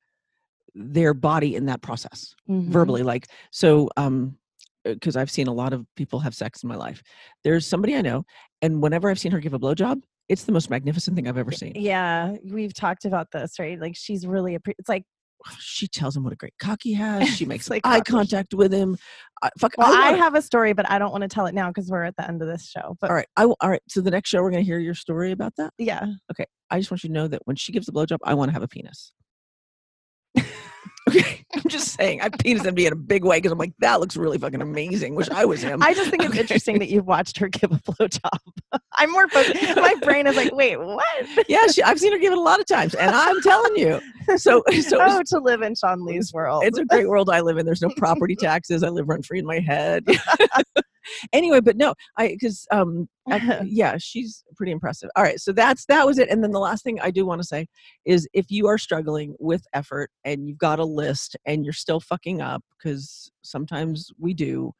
[SPEAKER 3] their body in that process
[SPEAKER 4] Mhm.
[SPEAKER 3] verbally, like so. um because I've seen a lot of people have sex in my life. There's somebody I know, and whenever I've seen her give a blowjob, it's the most magnificent thing I've ever seen.
[SPEAKER 4] yeah we've talked about this right like she's really appre it's like
[SPEAKER 3] She tells him what a great cock
[SPEAKER 4] <laughs>
[SPEAKER 3] he has. She makes
[SPEAKER 4] It's like
[SPEAKER 3] eye
[SPEAKER 4] cockroach.
[SPEAKER 3] contact with him. I, fuck,
[SPEAKER 4] well I,
[SPEAKER 3] wanna-
[SPEAKER 4] have a story but I don't want to tell it now because we're at the end of this show but
[SPEAKER 3] All right, I, w- all right. So the next show, we're gonna hear your story about that.
[SPEAKER 4] <laughs> yeah
[SPEAKER 3] I just want you to know that when she gives a blowjob, I want to have a penis. <laughs> okay, I'm just saying, I penis envy in a big way because I'm like, that looks really fucking amazing. Wish I was him.
[SPEAKER 4] <laughs> I just think it's
[SPEAKER 3] Okay.
[SPEAKER 4] interesting that you've watched her <laughs> give a blowjob <laughs> I'm more focused my brain is like wait <laughs> what
[SPEAKER 3] yeah, she, I've seen her give it a lot of times, and I'm telling you. So, <laughs> so
[SPEAKER 4] oh, to live in Sean Lee's world.
[SPEAKER 3] it's a great world I live in. There's no
[SPEAKER 4] <laughs>
[SPEAKER 3] property taxes. I live rent free in my head. <laughs> anyway, but no, I because um
[SPEAKER 4] <laughs>
[SPEAKER 3] I- yeah, she's pretty impressive. All right, so that's that was it. And then the last thing I do want to say is if you are struggling with effort and you've got a list and you're still fucking up because sometimes we do,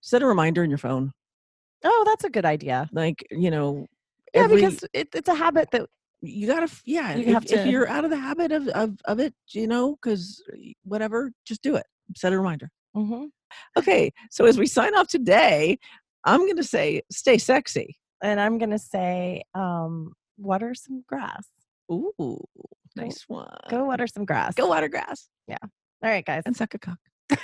[SPEAKER 3] set a reminder in your phone.
[SPEAKER 4] oh, that's a good idea.
[SPEAKER 3] Like you know.
[SPEAKER 4] Yeah,
[SPEAKER 3] every-
[SPEAKER 4] because it, it's a habit that
[SPEAKER 3] you gotta, f- yeah.
[SPEAKER 4] you
[SPEAKER 3] if,
[SPEAKER 4] have
[SPEAKER 3] if
[SPEAKER 4] to-
[SPEAKER 3] you're out of the habit of of, of it, you know, because whatever, just do it. Set a reminder.
[SPEAKER 4] Mm-hmm.
[SPEAKER 3] Okay, so as we sign off today, I'm going to say stay sexy.
[SPEAKER 4] and I'm gonna say, um, water some grass.
[SPEAKER 3] Ooh, nice one.
[SPEAKER 4] Go water some grass.
[SPEAKER 3] Go water grass
[SPEAKER 4] All right, guys.
[SPEAKER 3] and suck a cock.